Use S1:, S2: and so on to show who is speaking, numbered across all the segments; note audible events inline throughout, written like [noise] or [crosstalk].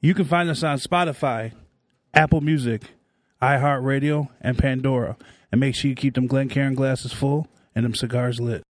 S1: You can find us on Spotify, Apple Music, iHeartRadio, and Pandora. And make sure you keep them Glencairn glasses full and them cigars lit.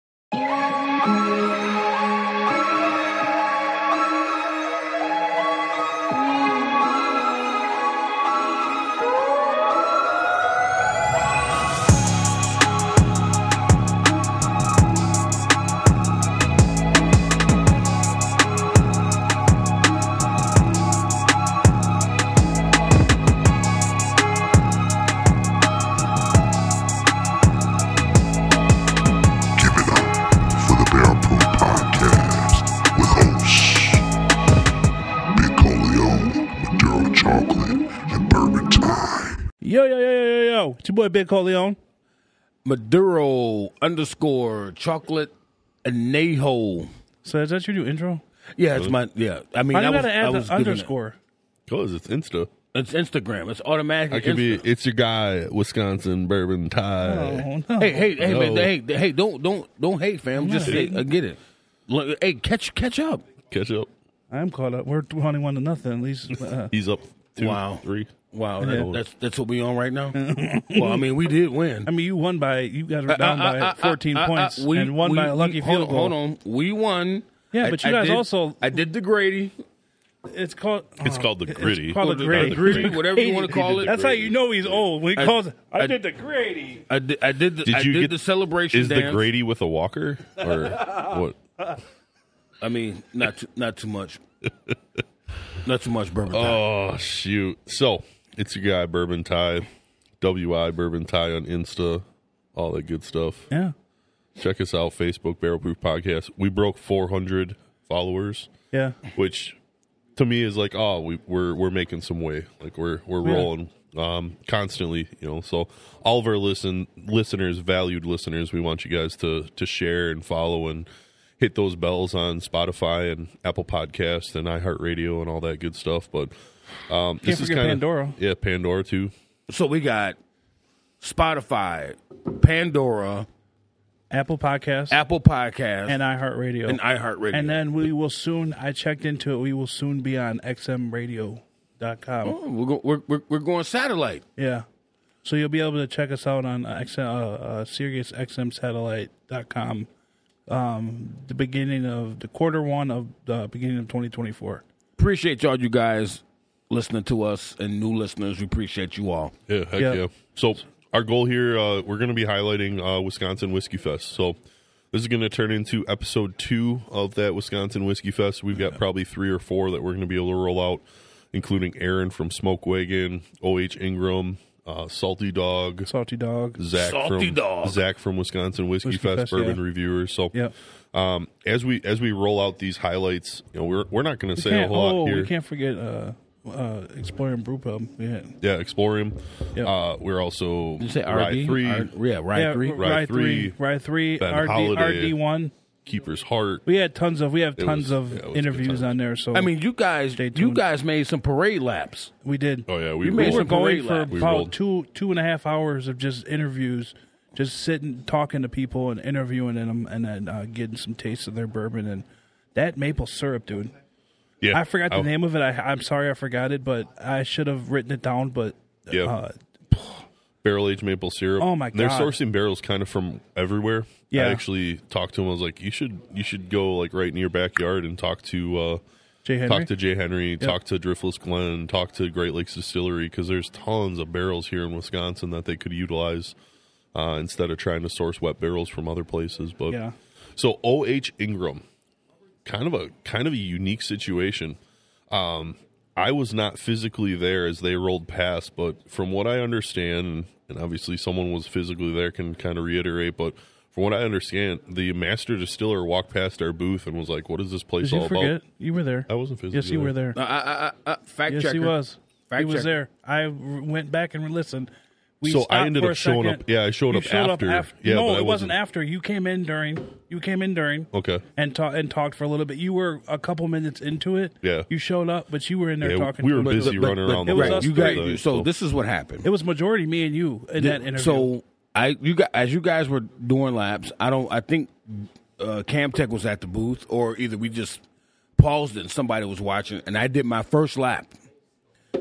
S2: Give it up for the Barrel Proof Podcast with hosts Big Coleon, Maduro Chocolate, and Bourbon Time.
S1: Yo, yo, yo, yo, yo, yo. It's your boy Big Corleone.
S3: Maduro underscore chocolate anejo.
S1: So is that your new intro?
S3: Yeah, it's my yeah. I mean,
S1: Why
S3: I
S1: you
S3: was,
S1: gotta
S3: I
S1: add
S3: was
S1: the
S3: given it.
S1: underscore?
S4: Cause it's Insta.
S3: It's Instagram. It's automatically.
S4: I could
S3: Insta.
S4: be. It's your guy, Wisconsin bourbon tie.
S1: Oh, no.
S3: Hey, hey, hey, man,
S4: No.
S3: hey, hey! Don't, don't, don't hate, fam. Just say, uh, get it. Look, Hey, catch, catch up.
S4: Catch up.
S1: I'm caught up. We're 21 to nothing, at least. Uh,
S4: He's up two,
S3: Wow.
S4: three.
S3: Wow, that- that's that's what we on
S1: [laughs]
S3: right now. well, I mean, we did win.
S1: I mean, you won by, you guys were down
S3: I- I-
S1: by
S3: I-
S1: 14
S3: I- I-
S1: points
S3: uh, we-
S1: and won
S3: we-
S1: by a lucky
S3: we- hold
S1: field
S3: on,
S1: goal.
S3: Hold on, we won.
S1: Yeah,
S3: I-
S1: but you
S3: I
S1: guys
S3: did-
S1: also-
S3: I did the Grady.
S1: It's called. oh.
S4: It's called the gritty.
S1: It's called the
S3: The
S1: gritty.
S3: gritty, whatever you
S1: [laughs]
S3: wanna call it.
S1: That's how you know he's old when he
S3: I-
S1: calls. it, I,
S3: I-
S1: did the gritty.
S3: I did. I did. The,
S4: Did
S3: I
S4: you
S3: did
S4: get-
S3: the celebration?
S4: Is the
S3: dance.
S4: Grady with a walker or [laughs] what?
S3: I mean, not too, not too
S4: [laughs]
S3: much. not too much bourbon. time.
S4: Oh shoot! So it's your guy, Bourbon Tie, WI Bourbon Tie on Insta, all that good stuff.
S1: Yeah.
S4: Check us out, Facebook Barrel Proof Podcast. We broke 400 followers,
S1: Yeah.
S4: which to me is like, oh, we, we're we're making some way, like we're we're
S1: Yeah.
S4: rolling um, constantly, you know. So all of our listen listeners, valued listeners, we want you guys to to share and follow and hit those bells on Spotify and Apple Podcasts and iHeartRadio and all that good stuff. But um, this is
S1: forget
S4: kind
S1: Pandora.
S4: of yeah, Pandora too.
S3: So we got Spotify, Pandora,
S1: Apple Podcast
S3: Apple Podcast,
S1: and
S3: and,
S1: iHeartRadio.
S3: iHeartRadio.
S1: And then we will soon, I checked into it, we will soon be on xmradio.com.
S3: Oh, we're, go, we're, we're we're going satellite.
S1: Yeah. So you'll be able to check us out on uh, X, uh, uh, SiriusXMSatellite.com. Um, the beginning of the quarter one of the beginning of 2024.
S3: Appreciate y'all, you guys, listening to us and new listeners. We appreciate you all.
S4: Yeah, heck
S1: Yeah.
S4: yeah. So our goal here, uh, we're going to be highlighting uh, Wisconsin Whiskey Fest. So this is going to turn into episode two of that Wisconsin Whiskey Fest. We've got probably three or four that we're going to be able to roll out, including Aaron from Smoke Wagon, O.H. Ingram, uh, Salty Dog,
S1: Salty Dog.
S4: Zach
S3: Salty
S4: from
S3: Dog.
S4: Zach from Wisconsin Whiskey,
S1: Whiskey
S4: Fest,
S1: Fest,
S4: Bourbon
S1: yeah.
S4: Reviewer. So
S1: Yep.
S4: um, as we as we roll out these highlights, you know, we're we're not going to say a
S1: Can't-
S4: whole lot
S1: oh,
S4: here.
S1: we can't forget uh, uh, Exploring Brew Pub. Yeah.
S4: Yeah, Explorium.
S1: Yep.
S4: Uh, we're also
S3: You say
S4: Rye
S3: RD?
S4: three.
S3: R- yeah, Ride
S1: yeah,
S3: three.
S1: R-
S4: Ride
S1: Ride
S4: three,
S1: three, Ride three,
S4: Ben
S1: RD,
S4: Holiday.
S1: RD one.
S4: Keeper's Heart.
S1: We had tons of we have
S4: It
S1: tons
S4: was-
S1: of
S4: yeah, it was good
S1: interviews
S4: times.
S1: on there. So
S3: I mean, you guys,
S1: Stay
S3: you
S1: tuned.
S3: guys made some parade laps.
S1: we did.
S4: Oh yeah, we
S3: You made
S4: rolled.
S1: we were
S3: some parade
S1: going for
S3: lap.
S4: We
S1: about
S4: rolled.
S1: two two and a half hours of just interviews, just sitting talking to people and interviewing them, and then uh, getting some taste of their bourbon and that maple syrup, dude.
S4: Yeah,
S1: I forgot the
S4: I-
S1: name of it. I, I'm sorry, I forgot it, but I should have written it down. But
S4: Yeah.
S1: uh,
S4: Barrel aged maple syrup.
S1: Oh, my
S4: They're
S1: God.
S4: sourcing barrels kind of from everywhere.
S1: Yeah.
S4: I actually talked to him. I was like, you should you should go like right in your backyard and talk to uh,
S1: Jay Henry.
S4: talk to Jay Henry, talk to Driftless Glen, talk to Great Lakes Distillery because there's tons of barrels here in Wisconsin that they could utilize uh, instead of trying to source wet barrels from other places. But
S1: Yeah.
S4: so O H Ingram, kind of a kind of a unique situation. Um, I was not physically there as they rolled past, but from what I understand, and obviously someone was physically there can kind of reiterate, but from what I understand, the master distiller walked past our booth and was like, "What is this place
S1: Did you
S4: all
S1: forget?
S4: about?"
S1: You were there.
S4: I wasn't physically
S1: Yes, you were there.
S3: Uh, I, I, I, fact
S1: Yes,
S3: checker.
S1: he was.
S3: Fact
S1: he was
S3: checker.
S1: there. I r- went back and listened. We
S4: So I
S1: stopped
S4: ended
S1: for
S4: up
S1: a
S4: showing
S1: second.
S4: up- yeah, I showed
S1: You
S4: up after. Yeah,
S1: no,
S4: but I
S1: it wasn't
S4: wasn't-
S1: after. You came in during. You came in during.
S4: Okay.
S1: And ta- and talked for a little bit. You were a couple minutes into it.
S4: Yeah.
S1: You showed up, but you were in there
S4: Yeah,
S1: talking.
S4: we
S1: to
S4: were
S1: us.
S4: busy running around
S1: the
S3: right,
S1: block.
S3: You
S1: It was us
S3: guys,
S4: three.
S3: so this is what happened.
S1: It was majority me and you in that interview.
S3: So I, you got as you guys were doing laps. I don't. I think uh, Cam Tech was at the booth, or either we just paused it and somebody was watching, and I did my first lap.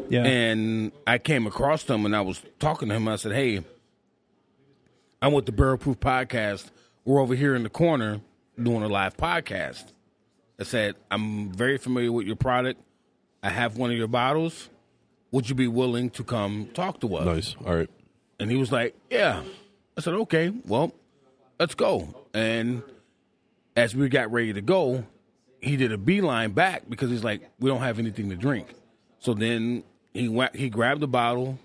S1: Yeah.
S3: And I came across them and I was talking to him. I said, Hey, I'm with the Barrel Proof Podcast. We're over here in the corner doing a live podcast. I said, I'm very familiar with your product. I have one of your bottles. Would you be willing to come talk to us?
S4: Nice. All right.
S3: And he was like, Yeah. I said, Okay, well, let's go. And as we got ready to go, he did a beeline back because he's like, We don't have anything to drink. So then he went, he grabbed the bottle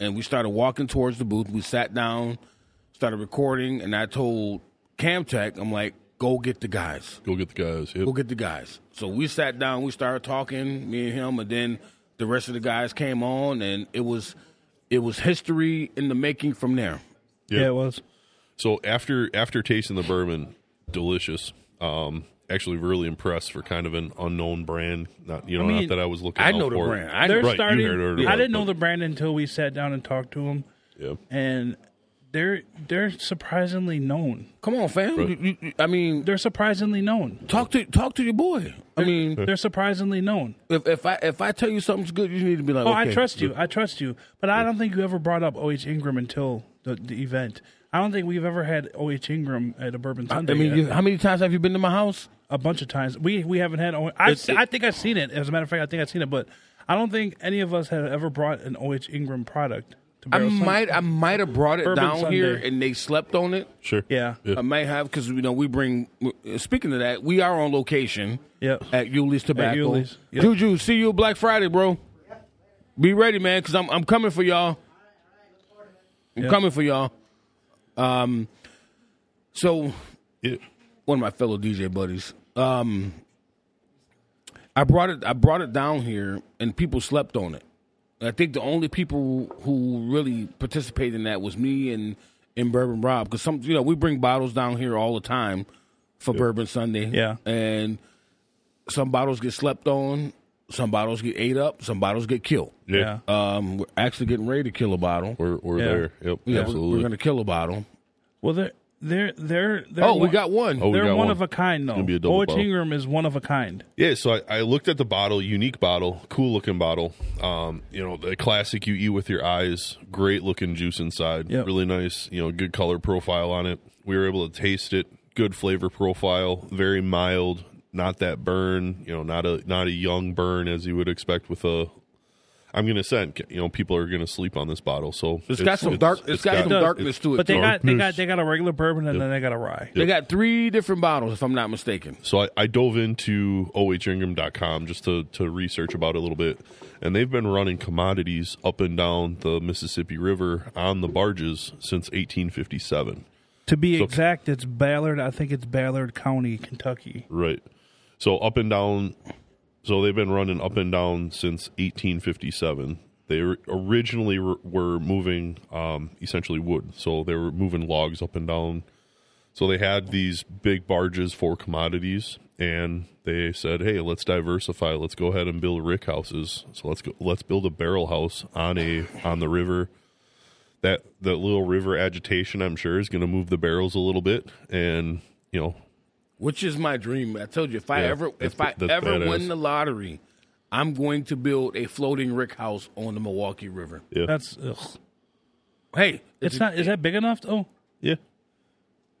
S3: and we started walking towards the booth. We sat down, started recording, and I told Camtech, I'm like, Go get the guys
S4: Go get the guys. Yep.
S3: we'll get the guys. So we sat down, we started talking, me and him, and then the rest of the guys came on, and it was it was history in the making from there.
S1: yeah. it was.
S4: So after after tasting the bourbon, delicious. Um, actually, really impressed for kind of an unknown brand. Not you know,
S1: mean,
S4: not that I was looking.
S3: I
S4: out
S3: know the
S4: for it.
S3: brand. I
S1: They're
S3: know.
S4: Right, you
S1: starting.
S4: heard her,
S1: I
S4: right,
S1: didn't know
S4: but-
S1: the brand until we sat down and talked to them,
S4: Yeah.
S1: and they're they're surprisingly known.
S3: Come on, fam.
S4: Right.
S3: You- you- you- I mean,
S1: They're surprisingly known.
S3: talk to talk to your boy. I mean,
S1: They're surprisingly known.
S3: if, if I if I tell you something's good, you need to be like,
S1: Oh,
S3: okay.
S1: I trust you. I trust you. But I don't think you ever brought up O.H. Ingram until the, the event. I don't think we've ever had O.H. Ingram at a Bourbon
S3: I
S1: Sunday.
S3: mean,
S1: yet.
S3: you, how many times have you been to my house?
S1: a bunch of times. We we haven't had. O- I've,
S3: It's-
S1: se- I think I've seen it. As a matter of fact, I think I've seen it. But I don't think any of us have ever brought an O.H. Ingram product to
S3: I
S1: Barrel Sun-
S3: might I might have brought it
S1: Bourbon
S3: down here,
S1: Sunday.
S3: and they slept on it.
S4: Sure.
S1: Yeah.
S4: Yeah.
S3: I may have because you know we bring. Speaking of that, we are on location.
S1: Yep.
S3: At Yuli's Tobacco.
S1: Yuli's, yep.
S3: Juju, see you Black Friday, bro. Be ready, man, because I'm I'm coming for y'all. I'm
S1: Yep.
S3: coming for y'all. Um. So
S4: Yeah.
S3: one of my fellow DJ buddies. Um, I brought it. I brought it down here, and people slept on it. And I think the only people who really participated in that was me and and Bourbon Rob because some you know we bring bottles down here all the time for Bourbon Sunday.
S1: Yeah.
S3: and some bottles get slept on, some bottles get ate up, some bottles get killed.
S4: Yeah.
S1: Yeah.
S3: Um, we're actually getting ready to kill a bottle.
S4: We're we're
S1: Yeah.
S4: there. Yep.
S3: Yeah, we're-
S4: absolutely.
S3: we're, gonna kill a bottle.
S1: Well, they're they're they're. they're
S3: Oh, we
S1: one-
S3: got one.
S4: Oh, we
S1: They're
S4: got
S1: one, of a kind, though.
S4: gonna be a double
S1: O.H.
S4: bottle.
S1: Ingram is one of a kind.
S4: Yeah, so I, I looked at the bottle, unique bottle, cool looking bottle. Um, you know, the classic you eat with your eyes, great looking juice inside,
S1: Yep.
S4: really nice, you know, good color profile on it. We were able to taste it, good flavor profile, very mild, not that burn, you know, not a not a young burn as you would expect with a I'm gonna send you know, people are gonna sleep on this bottle. So
S3: it's got some dark. it's got, some
S1: does.
S3: darkness to it.
S1: But they
S3: too.
S1: got they got they got a regular bourbon and then they got a rye.
S3: They got three different bottles, if I'm not mistaken.
S4: So I, I dove into ohingram.com just to, to research about it a little bit. And they've been running commodities up and down the Mississippi River on the barges since 1857.
S1: To be exact, it's Ballard. I think it's Ballard County, Kentucky.
S4: Right. So up and down. So they've been running up and down since 1857. They or- originally were- were moving um, essentially wood. So they were moving logs up and down. So they had these big barges for commodities, and they said, "Hey, let's diversify. Let's go ahead and build rick houses. So let's go, let's build a barrel house on a on the river." That that little river agitation, I'm sure, is going to move the barrels a little bit, and you know
S3: Which is my dream. I told you if I
S4: Yeah,
S3: ever
S4: that's-
S3: if I
S4: that's
S3: ever
S4: badass.
S3: win the lottery, I'm going to build a floating rick house on the Milwaukee River.
S1: That's ugh.
S3: Hey,
S1: it's not. Is that big enough? Oh,
S4: yeah,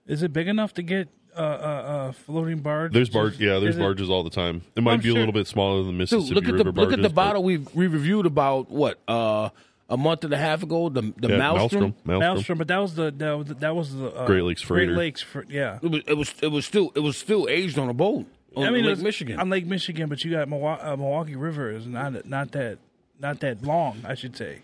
S1: is it big enough to get uh uh, uh floating barge?
S4: There's barge, yeah. There's
S1: Is it-
S4: barges all the time. It might
S1: I'm
S4: be a
S1: sure-
S4: little bit smaller than the
S3: dude,
S4: Mississippi
S3: look at
S4: River
S3: the
S4: barges.
S3: look at the
S4: but-
S3: bottle we we reviewed about what uh a month and a half ago. The the maelstrom.
S4: Yeah, Maelstrom, Maelstrom.
S1: Maelstrom, but that was the that was, that was the uh,
S4: Great Lakes freighter.
S1: Great Lakes, fr- yeah.
S3: It was, it was it was still it was still aged on a boat on
S1: it
S3: Lake
S1: was
S3: Michigan.
S1: on Lake Michigan, but you got Milwaukee, uh, Milwaukee River is not not that not that long, I should say.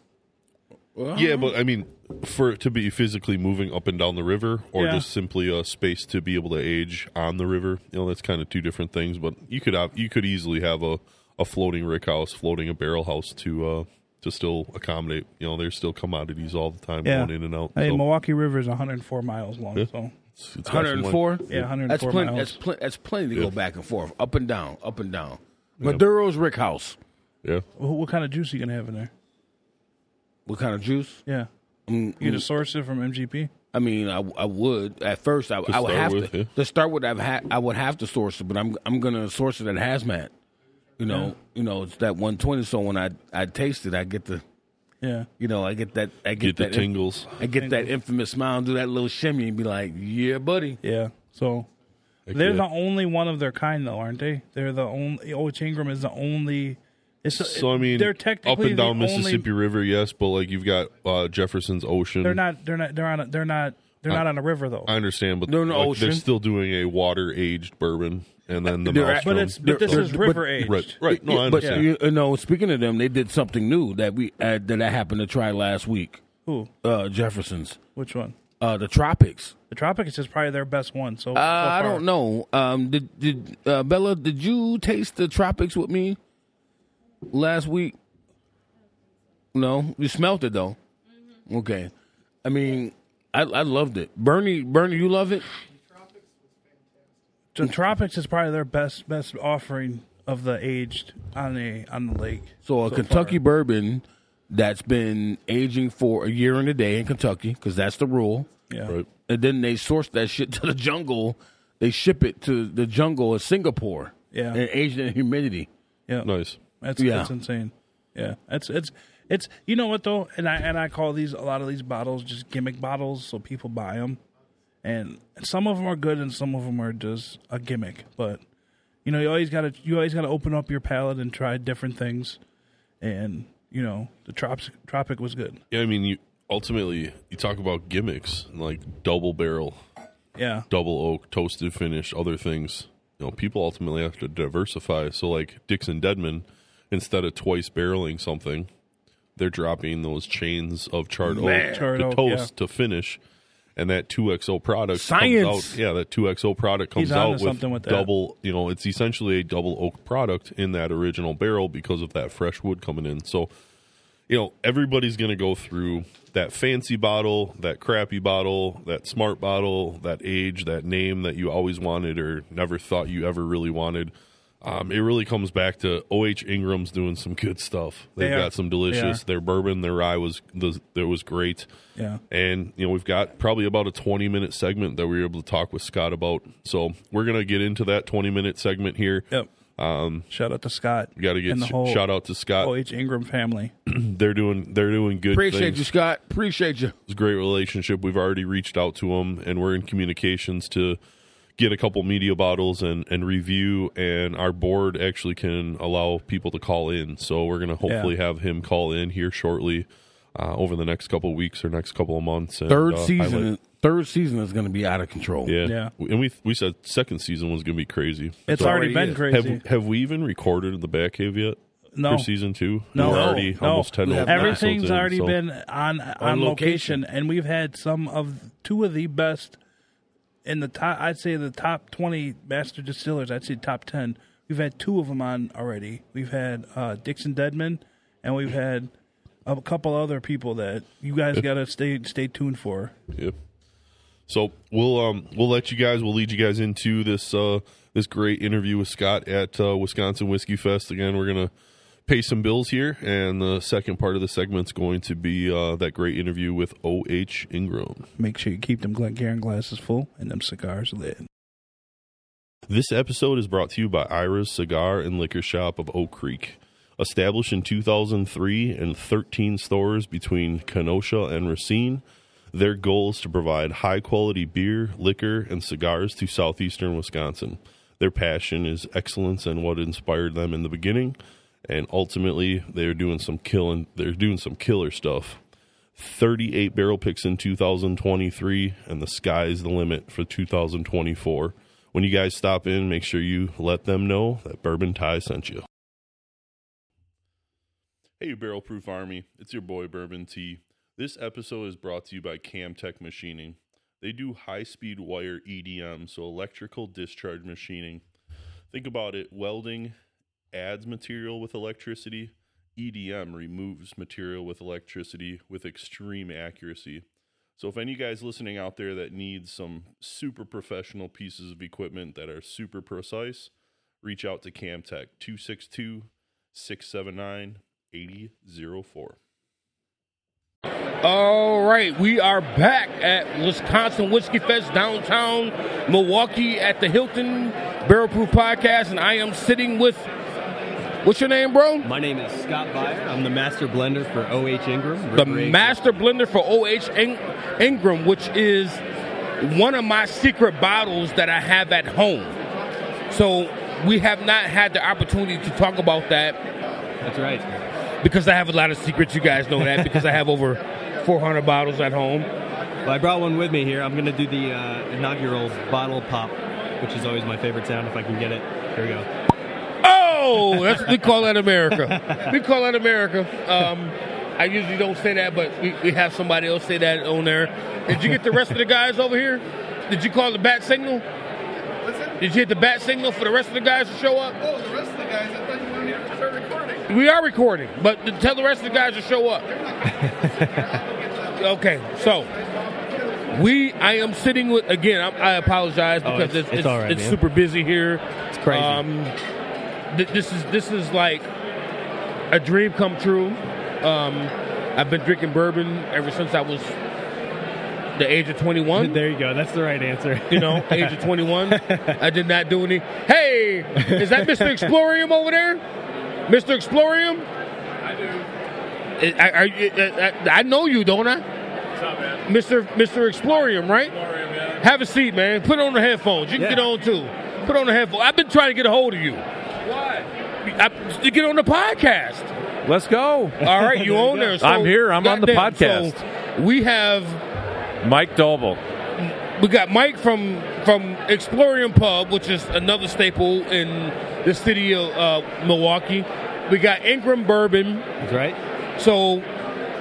S4: Yeah,
S3: Uh-huh.
S4: but I mean, for it to be physically moving up and down the river, or
S1: Yeah.
S4: just simply a space to be able to age on the river, you know, that's kind of two different things. But you could have, you could easily have a, a floating rick house, floating a barrel house to uh to still accommodate. You know, there's still commodities all the time
S1: Yeah.
S4: going in and out.
S1: Hey,
S4: so
S1: Milwaukee River is 104 miles long, so
S4: it's- it's got some, like-
S3: 104.
S1: yeah, 104
S3: That's plenty.
S1: miles.
S3: That's plenty. That's plenty to go back and forth, up and down, up and down. Maduro's rick house.
S4: Yeah,
S1: Wh- what kind of juice you gonna have in there?
S3: What kind of juice?
S1: Yeah,
S3: Mm,
S1: you gonna source it from MGP?
S3: I mean, I, I would at first. I, I would
S4: start
S3: have
S4: with,
S3: to
S4: yeah.
S3: to start with. I've had I would have to source it, but I'm I'm gonna source it at hazmat You know, you know, it's that 120. So when I I taste it, I get the
S1: Yeah.
S3: you know I get that I get,
S4: Get the
S3: that
S4: tingles.
S3: I get that infamous smile and do that little shimmy and be like, yeah, buddy.
S1: Yeah. So they're
S4: yeah.
S1: the only one of their kind, though, aren't they? They're the only. Old Ingram is the only. It's
S4: So I mean,
S1: they're technically
S4: up and
S1: the
S4: down
S1: only-
S4: Mississippi River, yes, but like you've got uh, Jefferson's Ocean.
S1: They're not. They're not. They're on. A, they're not. They're not on a river though.
S4: I understand, but
S3: They're an
S4: like, they're
S3: ocean.
S4: still doing a water aged bourbon, and then the
S3: They're-
S4: Maelstrom.
S1: but it's. But this
S3: They're-
S1: is
S3: but-
S1: river aged.
S4: right, right. No, I
S3: but
S4: understand.
S3: you, you know, speaking of them, they did something new that we uh, that I happened to try last week.
S1: Who?
S3: Uh, Jefferson's,
S1: Which one?
S3: uh, the tropics.
S1: The Tropics is probably their best one. So,
S3: Uh, I don't know. Um, did did uh, Bella? Did you taste the tropics with me last week? No, you smelt it though. Okay, I mean, I I loved it. Bernie, Bernie, you love it.
S1: The Tropics is probably their best best offering of the aged on the on the lake.
S3: So
S4: uh,
S3: a Kentucky bourbon that's been aging for a year and a day in Kentucky because that's the rule.
S1: Yeah.
S4: Right.
S3: and then they source that shit to the jungle. They ship it to the jungle of Singapore.
S1: Yeah.
S3: and Asian humidity.
S1: Yeah.
S4: Nice.
S1: That's
S3: Yeah.
S1: that's insane. Yeah, it's it's it's you know what though, and I and I call these a lot of these bottles just gimmick bottles, so people buy them, and some of them are good and some of them are just a gimmick. But you know, you always gotta you always gotta open up your palate and try different things, and you know, the tropic tropic was good.
S4: Yeah, I mean, you ultimately you talk about gimmicks like double barrel,
S1: Yeah,
S4: double oak, toasted finish, other things. You know, people ultimately have to diversify. So like Dixon Deadman, instead of twice barreling something, they're dropping those chains of charred oak
S1: Charred
S4: to
S1: oak,
S4: toast to finish. And that two XO product
S3: Science!
S4: comes out. Yeah, that two XO product comes
S1: He's onto
S4: out with,
S1: something with that.
S4: double. You know, it's essentially a double oak product in that original barrel because of that fresh wood coming in. So you know, everybody's going to go through that fancy bottle, that crappy bottle, that smart bottle, that age, that name that you always wanted or never thought you ever really wanted. Um, it really comes back to OH Ingram's doing some good stuff. They've
S1: They are.
S4: got some
S1: They are.
S4: delicious. Their bourbon, their rye was the, there was great.
S1: yeah,
S4: And you know, we've got probably about a 20 minute segment that we were able to talk with Scott about. So, we're going to get into that 20 minute segment here.
S1: yep. Um, shout out to Scott.
S4: You got to get
S1: and the
S4: sh-
S1: whole
S4: shout out to Scott.
S1: Oh, H Ingram family.
S4: [clears throat] They're doing they're doing good
S3: Appreciate
S4: things.
S3: you, Scott. Appreciate you.
S4: It's a great relationship. We've already reached out to him, and we're in communications to get a couple media bottles and, and review. And our board actually can allow people to call in, so we're going to hopefully have him call in here shortly uh, over the next couple of weeks or next couple of months. And,
S3: Third
S4: uh,
S3: season.
S4: highlight-
S3: Third season is going to be out of control.
S4: yeah.
S1: Yeah.
S4: and we we said second season was going to be crazy.
S1: It's
S4: So-
S1: already,
S3: already
S1: been
S3: is.
S1: crazy.
S4: have have we even recorded in the back cave yet?
S1: No.
S4: for season two.
S1: No,
S4: We're already
S1: no.
S4: almost ten.
S3: We have not.
S4: episodes
S1: Everything's
S4: in,
S1: already
S4: so-
S1: been on on, location.
S3: location.
S1: and we've had some of two of the best in the top. I'd say the top twenty master distillers. I'd say top ten. We've had two of them on already. We've had uh, Dixon Deadman, and we've had a couple other people that you guys got to stay stay tuned for.
S4: Yep. So we'll um we'll let you guys we'll lead you guys into this uh this great interview with Scott at uh, Wisconsin Whiskey Fest. Again, we're gonna pay some bills here, and the second part of the segment's going to be uh, that great interview with O H Ingram.
S1: Make sure you keep them Glencairn glasses full and them cigars lit.
S4: This episode is brought to you by Ira's Cigar and Liquor Shop of Oak Creek. Established in 2003 and 13 stores between Kenosha and Racine, their goal is to provide high quality beer, liquor, and cigars to southeastern Wisconsin. Their passion is excellence and what inspired them in the beginning, and ultimately they're doing some killing they're doing some killer stuff. 38 barrel picks in 2023, and the sky's the limit for 2024. When you guys stop in, make sure you let them know that Bourbon Tie sent you. Hey, Barrel Proof Army, it's your boy Bourbon T. This episode is brought to you by Camtech Machining. They do high speed wire EDM, so electrical discharge machining. Think about it welding adds material with electricity, EDM E removes material with electricity with extreme accuracy. So, if any guys listening out there that needs some super professional pieces of equipment that are super precise, reach out to Camtech 262 679 8004.
S3: All right, we are back at Wisconsin Whiskey Fest downtown Milwaukee at the Hilton Barrel Proof Podcast, and I am sitting with
S5: What's your name, bro?
S6: My name is Scott Byer. I'm the master blender for OH Ingram.
S5: The
S6: River Acres.
S5: master blender for OH Ing- Ingram, which is one of my secret bottles that I have at home. So we have not had the opportunity to talk about that
S6: That's right.
S5: because I have a lot of secrets. You guys know that because I have over 400 bottles at home.
S6: Well, I brought one with me here. I'm going to do the uh, inaugural bottle pop, which is always my favorite sound if I can get it. Here we go.
S5: Oh, that's we call that America. We call that America. Um, I usually don't say that, but we, we have somebody else say that on there. Did you get the rest of the guys over here? Did you call the bat signal? Did you hit the bat signal for the rest of the guys to show up?
S7: Oh, the rest of the guys, I thought you wanted me to start recording.
S5: We are recording, but to tell the rest of the guys to show up. okay, so we I am sitting with again. I, I apologize
S6: Oh,
S5: because
S6: it's-
S5: it's
S6: it's all right,
S5: it's
S6: man.
S5: super busy here.
S6: It's crazy.
S5: Um, th- this is this is like a dream come true. Um, I've been drinking bourbon ever since I was the age of twenty one.
S6: [laughs] there you go. That's the right answer.
S5: You know, age of twenty one. I did not do any. Hey, is that Mister Explorium over there? Mister Explorium. I do. I, I, I, I know you, don't I? Mr. Mr. Explorium, right? Have a seat, man. Put on the headphones. You can
S6: Yeah.
S5: get on too. Put on the headphones. I've been trying to get a hold of you. Why? to get on the podcast.
S8: Let's go.
S5: All right,
S8: [laughs]
S5: you on there? So,
S8: I'm here. I'm on the
S5: goddamn, So we have
S8: Mike Doble.
S5: we got Mike from from Explorium Pub, which is another staple in the city of uh, Milwaukee. We got Ingram Bourbon.
S6: [laughs] That's right.
S5: So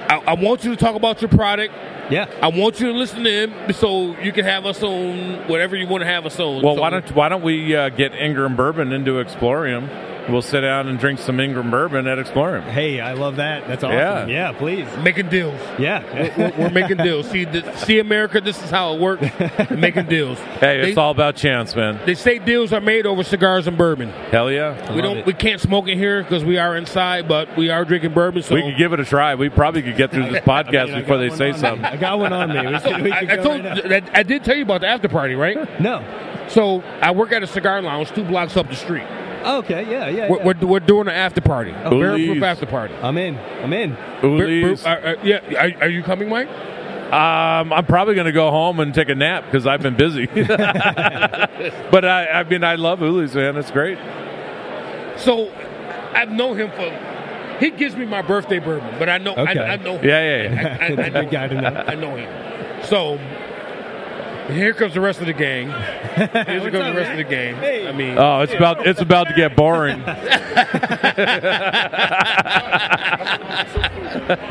S5: I, I want you to talk about your product.
S6: Yeah.
S5: I want you to listen to him so you can have us on whatever you want to have us on.
S8: Well,
S5: So-
S8: why don't why don't we uh, get Ingram Bourbon into Explorium? We'll sit down and drink some Ingram Bourbon at Explorium.
S6: Hey, I love that. That's awesome. Yeah, please.
S5: making deals? [laughs]
S6: Yeah.
S5: We're, we're making deals. See, the, see America. This is how it works. making deals.
S8: [laughs] Hey, it's
S5: they,
S8: all about chance, man.
S5: They say deals are made over cigars and bourbon.
S8: Hell yeah.
S5: we
S6: love
S5: don't.
S6: it.
S5: We can't smoke in here because we are inside, but we are drinking bourbon. So
S8: We could give it a try. We probably could get through this
S6: [laughs]
S8: podcast
S6: I mean, I
S8: before
S6: got
S8: they
S6: one
S8: say
S6: on me.
S8: something.
S6: I got one on me. We
S5: So
S6: could-
S5: [laughs]
S6: we
S5: I,
S6: could
S5: I
S6: go
S5: told.
S6: right now.
S5: I, I did tell you about the after party, right?
S6: no.
S5: So I work at a cigar lounge two blocks up the street.
S6: Oh, okay. Yeah. Yeah.
S5: We're,
S6: yeah.
S5: we're, we're doing an after party.
S6: Who
S5: Barrel proof
S8: leaves?
S5: after party.
S6: I'm in. I'm in. [laughs]
S8: Uli's.
S5: Bar- bar- uh, uh, yeah, are, are you coming, Mike?
S8: Um, I'm probably going to go home and take a nap because I've
S6: [laughs]
S8: been busy. [laughs] but I, I mean, I love Uli's, man. It's great.
S5: So I've known him for. He gives me my birthday bourbon, but I know
S6: Okay.
S5: I, I know him.
S8: Yeah, yeah, yeah.
S5: I, I,
S6: [laughs]
S5: I,
S6: Good
S5: know,
S6: guy to know.
S5: I know him. So here comes the rest of the
S6: [laughs]
S5: gang. Here comes the rest of the gang. I mean,
S8: Oh, it's about it's about to get boring.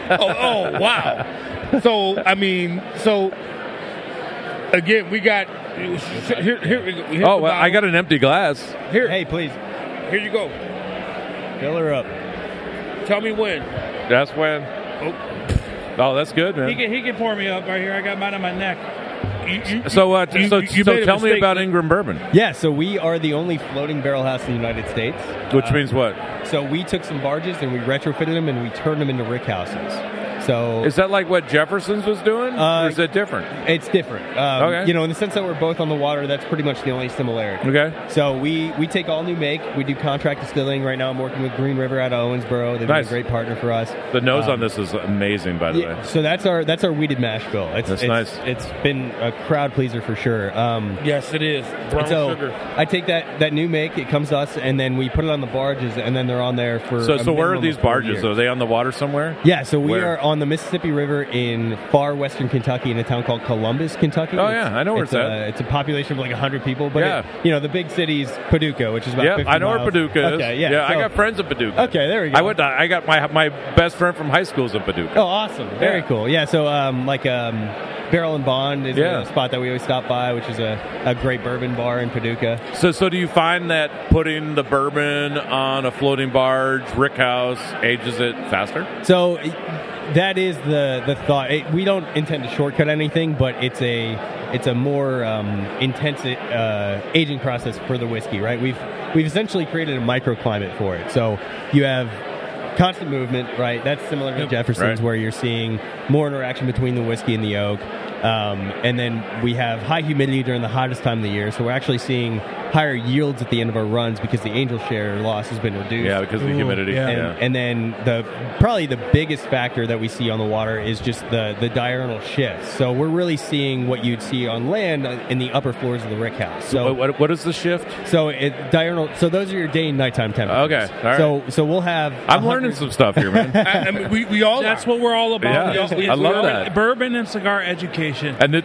S5: oh, oh wow. So I mean, so again, we got here. here, here
S8: Oh, well, I got an empty glass.
S5: here.
S6: Hey, please
S5: Here you go.
S6: fill her up.
S5: Tell me when.
S8: That's when. Oh, that's good,
S9: He
S8: man.
S9: can, he can pour me up right here. I got mine on my neck.
S5: You- you-
S8: So, uh, t-
S5: you-
S8: so,
S5: you made
S8: so
S5: a
S8: tell me
S5: mistake.
S8: about Ingram Bourbon,
S6: Yeah. So we are the only floating barrel house in the United States.
S8: which
S6: Uh,
S8: means what?
S6: So we took some barges and we retrofitted them and we turned them into rick houses. So
S8: Is that like what Jefferson's was doing,
S6: Uh,
S8: or is it different?
S6: it's different. Um,
S8: Okay.
S6: You know, in the sense that we're both on the water, that's pretty much the only similarity.
S8: Okay.
S6: So we, we take all new make. We do contract distilling. Right now I'm working with Green River out of Owensboro. They've
S8: Nice.
S6: been a great partner for us.
S8: The nose
S6: Um,
S8: on this is amazing, by the
S6: Yeah,
S8: way.
S6: so that's our that's our weeded mash bill. It's,
S8: That's
S6: it's,
S8: nice.
S6: It's been a crowd pleaser for sure. Um,
S5: Yes, it is brown
S6: so
S5: sugar.
S6: I take that that new make. It comes to us, and then we put it on the barges, and then they're on there for.
S8: So,
S6: a
S8: so
S6: minimum
S8: where are
S6: of
S8: these
S6: four
S8: barges?
S6: years.
S8: Are they on the water somewhere?
S6: Yeah, so we
S8: Where?
S6: are on the Mississippi River in far western Kentucky in a town called Columbus, Kentucky.
S8: Oh, yeah, I know where it's
S6: a,
S8: at.
S6: It's a population of like 100 people, but
S8: Yeah.
S6: it- you know, the big city's Paducah, which is about
S8: Yeah,
S6: 50
S8: I know where
S6: miles.
S8: Paducah is.
S6: Okay, yeah.
S8: I
S6: so-
S8: got friends in Paducah.
S6: Okay, there we go.
S8: I went. To, I got my my best friend from high school's in Paducah.
S6: Oh, awesome. Very
S8: Yeah.
S6: cool. Yeah, so um, like um, Barrel and Bond is
S8: Yeah.
S6: a spot that we always stop by, which is a, a great bourbon bar in Paducah.
S8: So, so do you find that putting the bourbon on a floating barge, rickhouse, ages it faster?
S6: So it- that is the the thought. It, we don't intend to shortcut anything, but it's a it's a more um, intense uh, aging process for the whiskey, right? We've we've essentially created a microclimate for it. So you have constant movement, right? That's similar to Jefferson's,
S8: Right.
S6: where you're seeing more interaction between the whiskey and the oak. Um, and then we have high humidity during the hottest time of the year, so we're actually seeing higher yields at the end of our runs because the angel share loss has been reduced.
S8: Yeah, because of the
S10: Ooh,
S8: humidity.
S10: yeah.
S6: and, Um, and then the probably the biggest factor that we see on the water is just the the diurnal shifts. So we're really seeing what you'd see on land uh, in the upper floors of the rick house. So
S8: What- what, what is the shift?
S6: so it diurnal. So those are your day and nighttime temperatures.
S8: Okay, all right.
S6: So so we'll have.
S8: I'm
S6: 100
S8: learning some stuff here, [laughs] man.
S5: I, I mean, we, we all
S10: That's
S5: are.
S10: what we're all about.
S8: Yeah,
S10: y'all. We-
S8: I love
S10: we're-
S8: that.
S10: Bourbon and cigar education.
S8: And thi-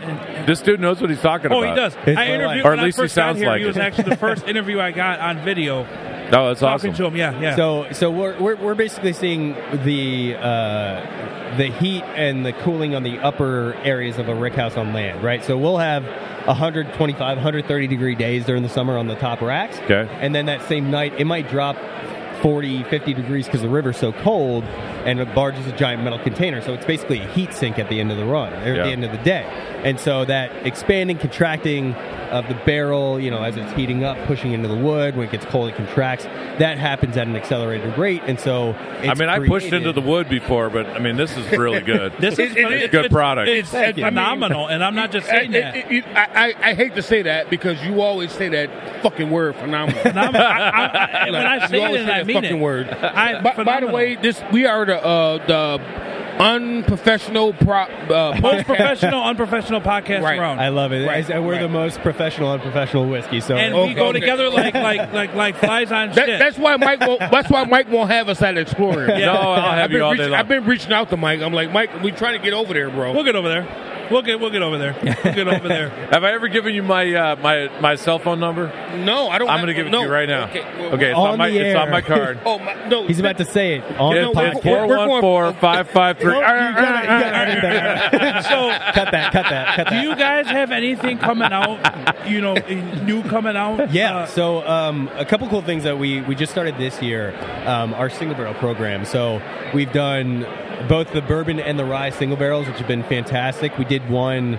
S8: this dude knows what he's talking
S10: oh,
S8: about.
S10: he does.
S6: It's my
S10: I interviewed
S6: life.
S8: Or
S10: when
S8: at least
S10: I
S8: he
S10: first got
S8: sounds
S10: here,
S8: like
S10: he
S8: it.
S10: was actually the first interview I got on video
S8: No, that's
S10: talking
S8: awesome.
S10: to him. Yeah, yeah.
S6: So so we're we're, we're basically seeing the uh, the heat and the cooling on the upper areas of a rick house on land, right? So we'll have 125, 130 degree days during the summer on the top racks.
S8: Okay.
S6: And then that same night, it might drop 40, 50 degrees because the river's so cold and the barge is a giant metal container. So it's basically a heat sink at the end of the run, or
S8: Yeah.
S6: at the end of the day. And so that expanding, contracting of the barrel, you know, as it's heating up, pushing into the wood, when it gets cold, it contracts. That happens at an accelerated rate. And so it's
S8: I mean, I pushed into
S6: created-
S8: the wood before, but I mean, this is really good.
S10: this is
S8: it-
S10: it's-
S8: good
S10: it's-
S8: product.
S10: It's,
S6: Thank you.
S10: phenomenal, and I'm not just saying
S5: I,
S10: that.
S5: I- I, I- I hate to say that because you always say that fucking
S9: [laughs]
S5: word phenomenal.
S10: And I'm- I- I- I- when I
S5: Like,
S10: say
S5: you
S10: it,
S5: always
S10: and
S5: say
S10: I
S5: that
S10: mean
S5: fucking
S10: it.
S5: word.
S10: I,
S5: by, by the
S10: phenomenal.
S5: way, this we are the uh, the unprofessional prop
S9: [laughs]
S5: uh,
S10: most
S5: podcast.
S10: professional, unprofessional podcast
S5: Right.
S10: around.
S6: I love it.
S5: Right,
S6: I- we're the
S5: right.
S6: most professional unprofessional whiskey. So Oh,
S10: and we
S5: Okay.
S10: go together like like like like flies on
S5: That,
S10: shit.
S5: that's why Mike. Won't, that's why Mike won't have us at Explorer.
S8: No, I'll
S5: I've
S8: have you
S5: been,
S8: all day
S5: reaching,
S8: long.
S5: I've been reaching out to Mike. I'm like, Mike, we trying to get over there, bro.
S10: we'll get over there. We'll get we'll get over there. We'll get
S8: [laughs]
S10: over there.
S8: Have I ever given you my uh, my my cell phone number?
S5: no, I don't.
S8: I'm
S5: have-
S8: going to give it
S5: no.
S8: to you right now.
S5: Okay,
S8: Okay,
S5: well,
S8: it's,
S6: on
S8: on my,
S6: the
S8: it's on
S6: air.
S5: [laughs]
S8: my card.
S5: Oh my, no,
S6: he's about to say it on
S8: It's
S6: the podcast.
S5: we're- we're going-
S8: 414
S10: So,
S6: Cut that! Cut that! Cut
S10: do
S6: that!
S10: you guys have anything coming out? You know, new coming
S6: [laughs]
S10: out?
S6: Yeah.
S10: Uh,
S6: so um, a couple cool things that we we just started this year, um, our single barrel program. So we've done both the bourbon and the rye single barrels, which have been fantastic. We did one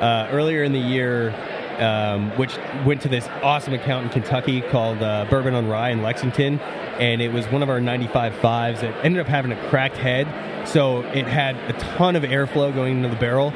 S6: uh, earlier in the year. Um, which went to this awesome account in Kentucky called uh, Bourbon on Rye in Lexington, and it was one of our 95 fives that ended up having a cracked head, so it had a ton of airflow going into the barrel.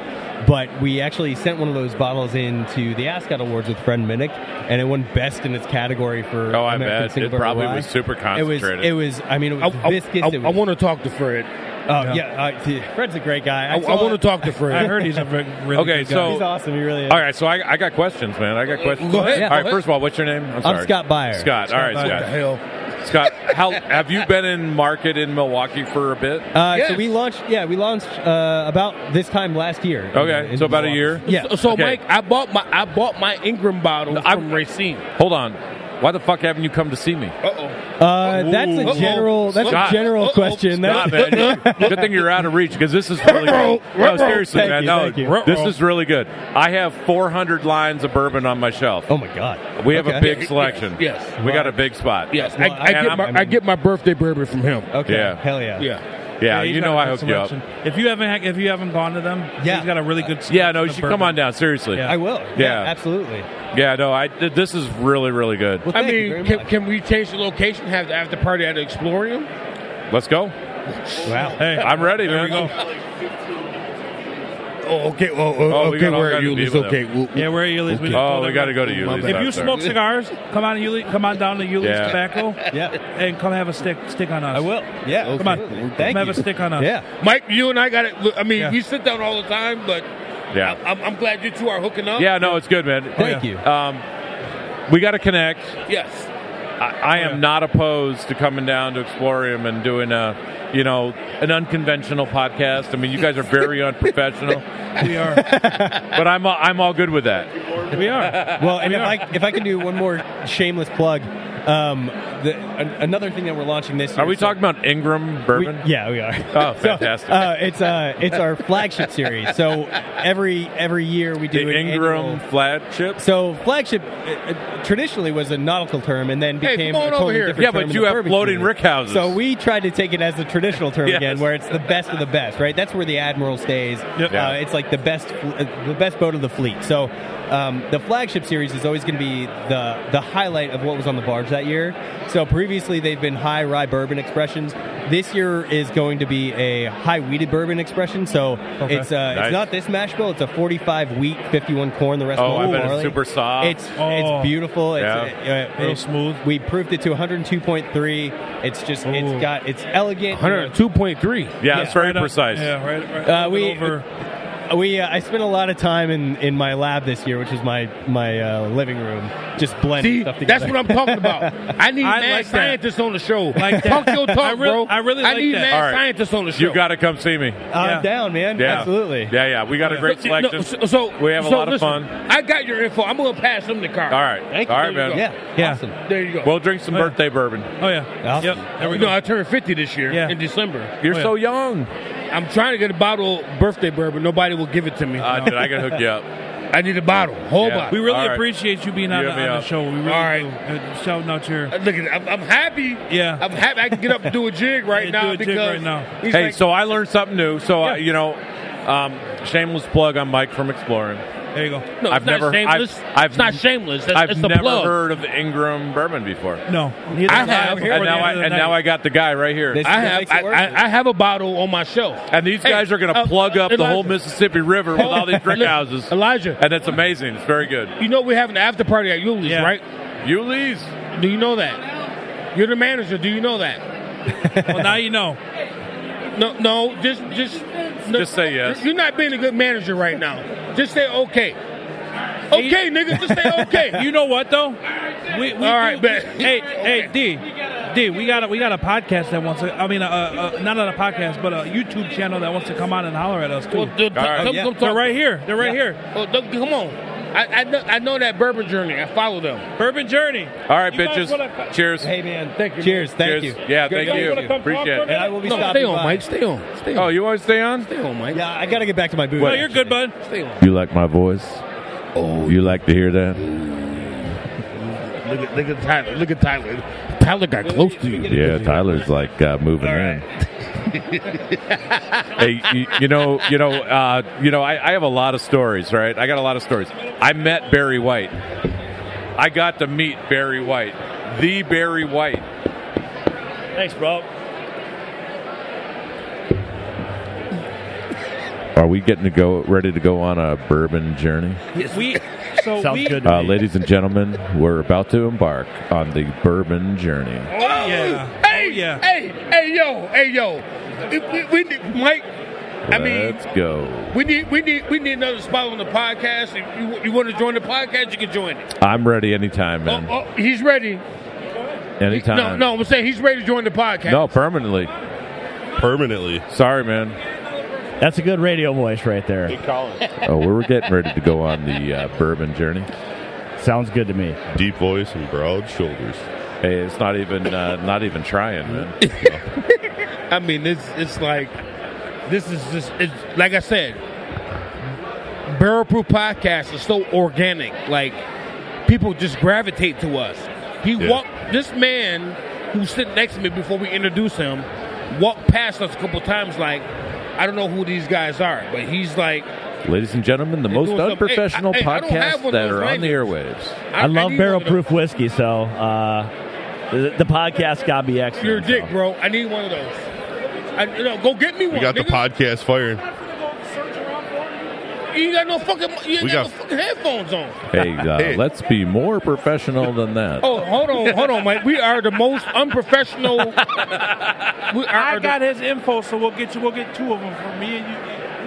S6: But we actually sent one of those bottles into the Ascot Awards with Fred Minnick, and it won best in its category for
S8: Oh, I
S6: American
S8: bet.
S6: Single
S8: It
S6: Barrel
S8: probably
S6: Rye.
S8: was super concentrated.
S6: It was. It was. I mean, it
S5: I,
S6: was
S5: I,
S6: viscous.
S5: I,
S6: it was,
S5: I want to talk to Fred.
S6: Oh, yeah. uh, see, Fred's a great guy.
S5: I, I
S6: saw-
S5: want to talk to
S10: I
S5: Fred.
S10: heard he's a very- really
S8: Okay,
S10: good guy.
S8: so-
S6: He's awesome. He really is.
S8: All right, so I, I got questions, man. I got questions.
S5: Go ahead.
S8: All right,
S5: Go ahead.
S8: first of all, what's your name? I'm, sorry.
S6: Scott Byer.
S8: Scott. All right,
S5: What the
S8: Scott.
S5: hell?
S8: Scott, how have you been in market in Milwaukee for a bit?
S6: Uh,
S5: Yes.
S6: So we launched. Yeah, we launched uh, about this time last year. in-
S8: Okay,
S6: in
S8: so about a
S6: Milwaukee.
S8: year?
S6: Yeah.
S5: So, so,
S8: Okay.
S5: Mike, I bought my I bought my Ingram bottle
S8: I'm-
S5: from Racine.
S8: Hold on. Why the fuck haven't you come to see me?
S5: Uh oh.
S6: Uh, that's a
S5: Uh-oh.
S6: general. That's
S8: Scott.
S6: a general
S5: Uh-oh.
S6: question.
S8: Nah,
S6: That's-
S8: man. Good thing you're out of reach because this is really
S5: Ruh-roh,
S8: good. No,
S5: ruh-roh.
S8: seriously,
S6: Thank
S8: man.
S6: you,
S8: no,
S6: thank you.
S8: this is really good. I have 400 lines of bourbon on my shelf.
S6: Oh my god.
S8: We have
S6: Okay.
S8: a big selection.
S5: Yes, yes.
S8: we got a big spot.
S5: Yes,
S6: Well,
S5: I,
S6: I-
S5: I,
S8: and
S5: get
S8: I'm-
S5: my,
S8: I
S5: I,
S6: mean-
S5: get my birthday bourbon from him.
S6: Okay.
S8: Yeah.
S6: Hell yeah.
S5: Yeah.
S8: yeah.
S10: he's
S8: You
S10: got
S8: know
S10: a
S8: I
S10: good
S8: hooked you up.
S10: selection. If you haven't ha- if you haven't gone to them,
S6: Yeah.
S10: he's got a really good.
S8: Yeah, no, you
S10: selection of
S8: should
S10: bourbon.
S8: come on down. Seriously.
S10: Yeah.
S6: I will.
S8: Yeah.
S6: Absolutely.
S8: Yeah, no, I this is really really good.
S6: Well,
S5: I
S6: thank you
S5: mean,
S6: very
S5: can,
S6: much.
S5: can we change the location? Have the after party at Explorium?
S8: Let's go.
S6: wow.
S10: Hey,
S8: I'm ready,
S10: there
S8: man.
S10: we go.
S5: Oh, okay. Well,
S8: Oh, we okay, got all where kinds are of you? people It's okay,
S10: Yeah, where are Yuli's? We
S8: Oh,
S10: told
S8: we got to go to
S10: everyone.
S8: Yuli's.
S10: If
S8: I'm
S10: you
S8: sorry.
S10: smoke cigars, come on, Yuli, come on down to Yuli's
S8: Yeah.
S10: Tobacco
S6: Yeah.
S10: and come have a stick stick on us.
S6: I will. Yeah.
S10: Come on,
S6: absolutely.
S10: come
S6: Thank
S10: have
S6: you.
S10: a stick on us.
S6: Yeah.
S5: Mike, you and I got it. I mean,
S10: Yeah.
S5: we sit down all the time, but
S8: Yeah.
S5: I, am I'm glad you two are hooking up.
S8: Yeah, no, it's good, man.
S6: Thank you.
S8: Um, we got to connect.
S5: Yes.
S8: I, I am not opposed to coming down to Explorium and doing a, you know, an unconventional podcast. I mean, you guys are very unprofessional,
S10: we are.
S8: but I'm all, I'm all good with that.
S10: We are.
S6: [laughs] Well, and if I if I can do one more shameless plug, um, the, an, another thing that we're launching this year.
S8: Are we
S6: so-
S8: talking about Ingram
S6: We-
S8: bourbon?
S6: yeah, we are.
S8: Oh,
S6: [laughs]
S8: fantastic.
S6: Uh, it's uh, it's our flagship series. So every every year we
S8: the
S6: do an
S8: Ingram
S6: annual-
S8: flat chips.
S6: So flagship uh, uh, traditionally was a nautical term, and then
S5: Hey,
S6: became
S5: come
S6: a
S5: on
S6: totally
S5: over here.
S6: different
S8: Yeah,
S6: term in
S8: but you
S6: the
S8: have
S6: bourbon
S8: floating
S6: community.
S8: rickhouses.
S6: So we tried to take it as the traditional term
S8: Yes.
S6: again, where it's the best of the best, right? That's where the admiral stays.
S8: Yeah.
S6: Uh, it's like the best, uh, the best boat of the fleet. So um, the flagship series is always going to be the the highlight of what was on the barge that year. So previously they've been high rye bourbon expressions. This year is going to be a high wheated bourbon expression, so
S10: Okay.
S6: it's uh,
S8: Nice.
S6: it's not this mash bill. It's a 45 wheat, 51 corn. The rest
S8: Oh, I
S6: of
S8: bet
S6: barley.
S8: it's super soft.
S6: It's
S10: Oh.
S6: it's beautiful. It's,
S8: Yeah.
S6: uh, uh,
S10: Real
S6: it-
S10: smooth.
S6: We proofed it to 102.3. It's just
S10: Ooh.
S6: it's got it's elegant. you know,
S5: 102.3.
S8: yeah, it's very precise.
S10: Yeah, right. right
S6: Uh,
S10: a little
S6: we-
S10: bit over.
S6: We uh, I spent a lot of time in, in my lab this year, which is my my uh, living room, just blending
S5: See,
S6: stuff together.
S5: that's what I'm talking about. I need
S10: [laughs] I
S5: mad
S10: like that.
S5: scientists on the show.
S10: Like that.
S5: Talk your talk,
S10: I
S5: bro.
S10: real- I really like
S5: need
S10: that.
S5: mad
S8: All right.
S5: scientists on the show.
S8: You got to come see me.
S6: I'm
S10: Yeah.
S6: down, man.
S8: Yeah.
S6: Uh, Absolutely.
S8: Yeah, yeah. We got a great
S5: See, no,
S8: selection.
S5: so, so-
S8: we have a
S5: so
S8: lot of
S5: listen,
S8: fun.
S5: I got your info. I'm gonna pass them the car.
S8: All right.
S5: Thank you.
S8: All right,
S5: There you
S8: man.
S6: Yeah.
S10: Yeah.
S6: Awesome.
S5: There you go.
S8: We'll drink some
S10: Oh, yeah.
S8: birthday bourbon.
S10: Oh yeah.
S6: Awesome.
S10: Yep. There we
S5: you
S10: go.
S5: know, I turned 50 this year
S10: Yeah.
S5: in December.
S8: You're
S10: Oh, yeah.
S8: so young.
S5: I'm trying to get a bottle of birthday bourbon. Nobody will give it to me.
S8: Uh, dude, I got to hook you up.
S5: I need a bottle, whole
S8: Yeah.
S10: we
S5: bottle.
S10: really
S8: All right.
S10: appreciate you being on,
S8: You
S10: the,
S8: hit
S10: on
S8: me
S10: the
S8: up.
S10: show. We really
S5: All right.
S10: do. Uh, shouting out your.
S5: Uh, Look at that. I'm, I'm happy.
S10: Yeah.
S5: I'm happy. I can get up and do a [laughs] jig right
S10: Yeah,
S5: now
S10: do a jig
S5: because
S10: right now.
S5: he's
S8: Hey,
S5: like-
S8: so I learned something new. So, uh, you know, um, shameless plug on Mike from Exploring.
S10: There you go.
S5: no,
S8: I've
S5: it's not
S8: never- I've-
S5: shameless.
S8: I've-
S5: it's not shameless. That's,
S8: I've
S5: it's the
S8: never
S5: plug.
S8: heard of Ingram bourbon before.
S10: No.
S5: I have. Here
S8: And now, I, and now I got the guy right here.
S6: This-
S5: I
S6: That
S5: have
S6: makes it
S5: I,
S6: worth it.
S5: I, I have a bottle on my shelf.
S8: and these
S5: Hey,
S8: guys are going to
S5: uh,
S8: plug up the
S5: Elijah.
S8: whole Mississippi River with all these drink
S5: Listen,
S8: houses.
S5: Elijah,
S8: And it's amazing. It's very good.
S5: you know we're having an after party at Yuli's,
S10: Yeah.
S5: right?
S8: You leave.
S5: Do you know that? You're the manager. Do you know that?
S10: Well, now you know.
S5: No, no. Just, just, no,
S8: Just say yes.
S5: You're not being a good manager right now. Just say okay. Okay, nigga. Just say okay.
S10: [laughs] You know what though? We, we
S5: All right,
S10: do-
S5: bet.
S10: [laughs] Hey, hey, D, D, we got a we got a podcast that wants to. I mean, uh, uh, not on a podcast, but a YouTube channel that wants to come on and holler at us too.
S5: Well, dude,
S8: All right.
S5: come-
S6: Yeah.
S5: come talk-
S10: They're right here. They're right here.
S5: Oh, don't- come on. I, I, know, I know that bourbon journey. I follow them.
S10: Bourbon Journey.
S8: All right,
S10: You guys
S8: bitches.
S10: wanna-
S8: Cheers.
S6: Hey man. Thank you. Cheers. Thank
S8: Cheers.
S6: you.
S8: Yeah,
S6: Good
S8: thank
S6: to
S8: you.
S6: meet
S10: wanna come
S8: Appreciate
S10: talk
S8: it.
S6: And I will be
S5: No,
S6: stopping
S5: stay on,
S6: by.
S5: Mike. Stay on. Stay on.
S8: Oh, you want to stay on?
S5: stay on, Mike.
S6: Yeah, I got to get back to my booth.
S10: No, Oh, you're good, bud.
S5: Stay on.
S8: You like my voice? Oh, you like to hear that?
S5: Look at, look at Tyler. Look at Tyler. Tyler got close to you.
S8: Yeah, Tyler's like uh, moving in. hey, you, you know, you know, uh, you know. I, I have a lot of stories, right? I got a lot of stories. I met Barry White. I got to meet Barry White, the Barry White.
S10: Thanks, bro.
S11: Are we getting to go ready to go on a bourbon journey?
S10: We so we
S11: Uh, ladies and gentlemen, we're about to embark on the bourbon journey.
S10: Oh,
S5: Oh,
S10: yeah.
S5: Hey,
S10: oh, yeah.
S5: Hey, hey, yo, hey, yo. We- We, we need, Mike. I mean,
S11: Let's go.
S5: we need, we need, we need another spot on the podcast. If you, you want to join the podcast, you can join it.
S11: I'm ready anytime,
S5: Oh,
S11: man.
S5: oh, he's ready. No,
S8: oh,
S11: Anytime.
S5: no, I'm saying he's ready to join the podcast.
S11: No, permanently.
S4: Permanently.
S11: Sorry, man.
S12: That's a good radio voice right there.
S11: Oh, we were getting ready to go on the uh, bourbon journey.
S12: Sounds good to me.
S4: Deep voice and broad shoulders.
S11: Hey, it's not even uh, not even trying, man.
S5: I mean, it's it's like this is just it's, like I said. Barrel Proof Podcast is so organic. Like people just gravitate to us. He
S4: Yeah.
S5: walked this man who's sitting next to me before we introduce him walked past us a couple times. Like I don't know who these guys are, but he's like
S11: Ladies and gentlemen, the most
S5: doing something- Hey, I-
S11: unprofessional
S5: hey, I don't have
S11: podcasts
S5: one of
S11: that
S5: those
S11: are on the
S5: languages.
S11: airwaves.
S12: I, love
S5: need
S12: barrel
S5: one of those.
S12: proof whiskey, so uh, the, the podcast got to be excellent.
S5: You're a dick,
S12: so.
S5: bro. I need one of those. I, you know, go get me one.
S4: We got the
S5: nigga.
S4: podcast firing.
S5: You ain't got no fucking. You ain't
S4: We
S5: got,
S4: got-
S5: no fucking headphones on.
S11: Hey, uh,
S4: Hey.
S11: let's be more professional than that.
S5: Oh, hold on, hold on, Mike. We are the most unprofessional. we are,
S10: I
S5: are the-
S10: got his info, so we'll get you. We'll get two of them for me and you.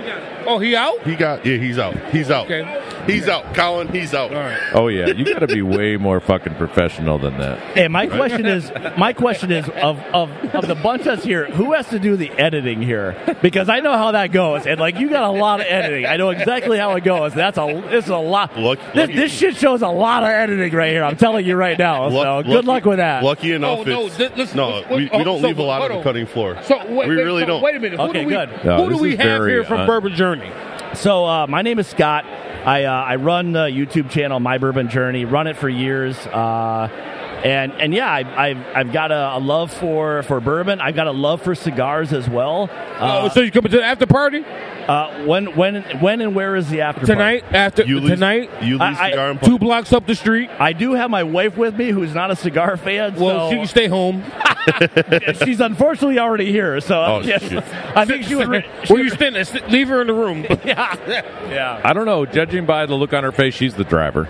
S10: We got it.
S5: oh, he out?
S4: He got yeah, he's out. He's out.
S5: Okay.
S4: He's out. Colin, he's out.
S5: All right.
S11: Oh yeah, you got to be way more fucking professional than that.
S12: Hey, my question is, my question is of, of of the bunch that's here, who has to do the editing here? Because I know how that goes, and like you got a lot of editing. I know exactly how it goes. That's a this is a lot.
S4: Luck-
S12: this,
S4: lucky-
S12: this shit shows a lot of editing right here. I'm telling you right now. So
S4: Luck-
S12: good
S4: lucky-
S12: luck with that.
S4: Lucky enough,
S5: Oh, no,
S4: it's,
S5: thi- listen,
S4: no,
S5: what-
S4: we, we
S5: oh,
S4: don't
S5: so
S4: leave a lot
S5: hold
S4: on the
S5: on.
S4: cutting floor.
S5: So wait,
S4: we
S5: wait,
S4: really
S5: so
S4: don't.
S5: Wait a minute. Who
S12: Okay,
S5: do we,
S12: good.
S11: No,
S5: who do
S11: this
S5: we
S11: is
S5: have
S11: very
S5: here from
S4: uh,
S11: un-
S5: Bourbon Journey?
S12: So uh, my name is Scott. I uh, I run the YouTube channel My Bourbon Journey. Run it for years. Uh, And and yeah, I, I've I've got a, a love for for bourbon. I've got a love for cigars as well.
S5: oh,
S12: Uh,
S5: so you coming to the after party
S12: uh, when when when and where is the after party?
S5: tonight? After
S4: You leave,
S5: tonight,
S4: you leave
S12: I- I-
S4: cigar and
S5: two blocks up the street.
S12: I do have my wife with me, who's not a cigar fan.
S5: Well,
S12: so
S5: she can stay home.
S12: she's unfortunately already here. So
S4: Oh,
S12: yeah.
S4: shit.
S12: I think
S4: [laughs]
S12: she was.
S5: Where you standing? Sit- Leave her in the room.
S12: Yeah.
S8: I don't know. Judging by the look on her face, she's the driver.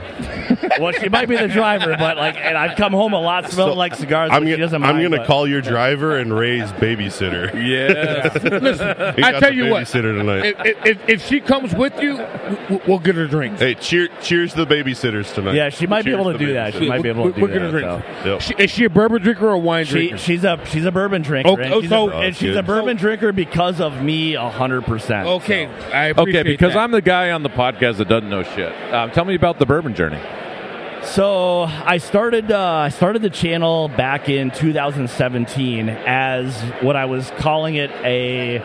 S12: Well, she might be the driver, but like, and I've come home a lot smelling like cigars.
S4: I'm
S12: but she
S4: gonna,
S12: doesn't
S4: I'm
S12: mind,
S4: gonna
S12: but-
S4: call your driver and Ray's
S5: [laughs]
S4: babysitter.
S11: [laughs]
S8: Yeah.
S4: He
S5: I
S4: got
S5: tell
S4: the
S5: you what.
S4: babysitter tonight.
S5: if, if- if, if she comes with you, w- we'll get her drinks.
S4: hey, cheer, cheers to the babysitters tonight.
S12: Yeah, she might be
S4: Cheers
S12: able to
S4: the
S12: do that.
S4: babysitter.
S12: She might be able to do
S5: We're gonna
S12: that.
S5: drink.
S12: so.
S4: Yep.
S5: She, is she a bourbon drinker or a wine
S12: She,
S5: drinker?
S12: she's a she's a bourbon drinker.
S4: Oh,
S5: Okay,
S12: and she's,
S5: so-
S12: a, and she's a
S4: good.
S12: bourbon drinker because of me, hundred percent.
S5: okay, I
S8: okay,
S5: appreciate
S8: because
S5: that.
S8: I'm the guy on the podcast that doesn't know shit.
S11: Uh,
S8: Um, tell me about the bourbon journey.
S12: So I started uh, I started the channel back in 2017 as what I was calling it a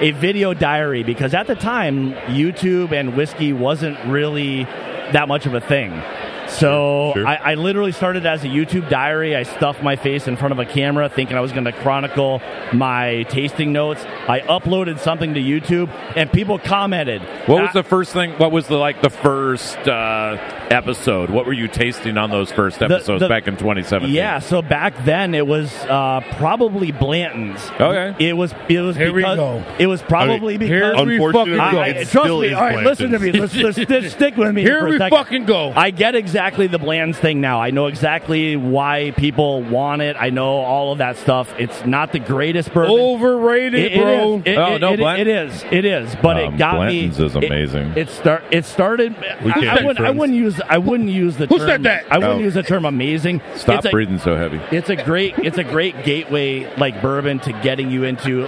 S12: a video diary because at the time YouTube and whiskey wasn't really that much of a thing. So
S4: Sure, sure.
S12: I, I literally started as a YouTube diary. I stuffed my face in front of a camera thinking I was going to chronicle my tasting notes. I uploaded something to YouTube and people commented.
S8: What was the
S12: I-
S8: first thing? What was the like the first uh, episode? What were you tasting on those first episodes
S12: the-
S8: back in 2017?
S12: Yeah, so back then it was uh, probably Blanton's.
S8: Okay.
S12: It was it was
S5: Here we
S12: because
S5: go.
S12: it was probably
S4: I mean,
S12: because
S5: here we
S4: Unfortunately,
S5: fucking go.
S12: I, I-
S4: it
S12: trust
S4: still
S12: me.
S4: is
S12: All right, listen to me.
S4: Blanton's.
S12: Let's, let's, let's stick with
S5: [laughs]
S12: me
S5: Here
S12: for a
S5: we
S12: second.
S5: fucking go.
S12: I get exactly the Bland's thing now. I know exactly why people want it. I know all of that stuff. It's not the greatest bourbon.
S5: Overrated,
S12: It- it
S5: bro.
S12: is. It-
S8: Oh,
S12: it-
S8: no,
S12: it-
S8: Blanton-
S12: it is. It is. But
S10: Um,
S12: it got
S10: Blanton's
S12: me.
S10: is
S12: it-
S10: amazing.
S12: It, start. It started.
S4: We can't
S12: I, I
S4: be
S12: wouldn't. I
S4: friends.
S12: wouldn't use. I wouldn't use the.
S5: Who
S12: term,
S5: said that?
S12: I wouldn't
S4: Oh.
S12: use the term amazing.
S8: Stop
S12: It's a-
S8: breathing so heavy.
S12: it's a great it's a great gateway like bourbon to getting you into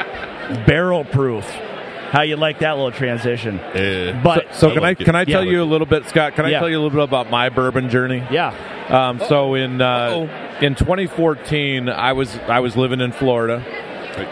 S12: barrel proof. How you like that little transition?
S4: Eh.
S12: But
S8: So
S4: I
S8: can
S4: like
S8: I
S4: it.
S8: can I
S12: Yeah.
S8: tell you a little bit, Scott? Can I
S12: Yeah.
S8: tell you a little bit about my bourbon journey?
S12: yeah,
S8: Um, so in uh, in 2014, I was I was living in Florida.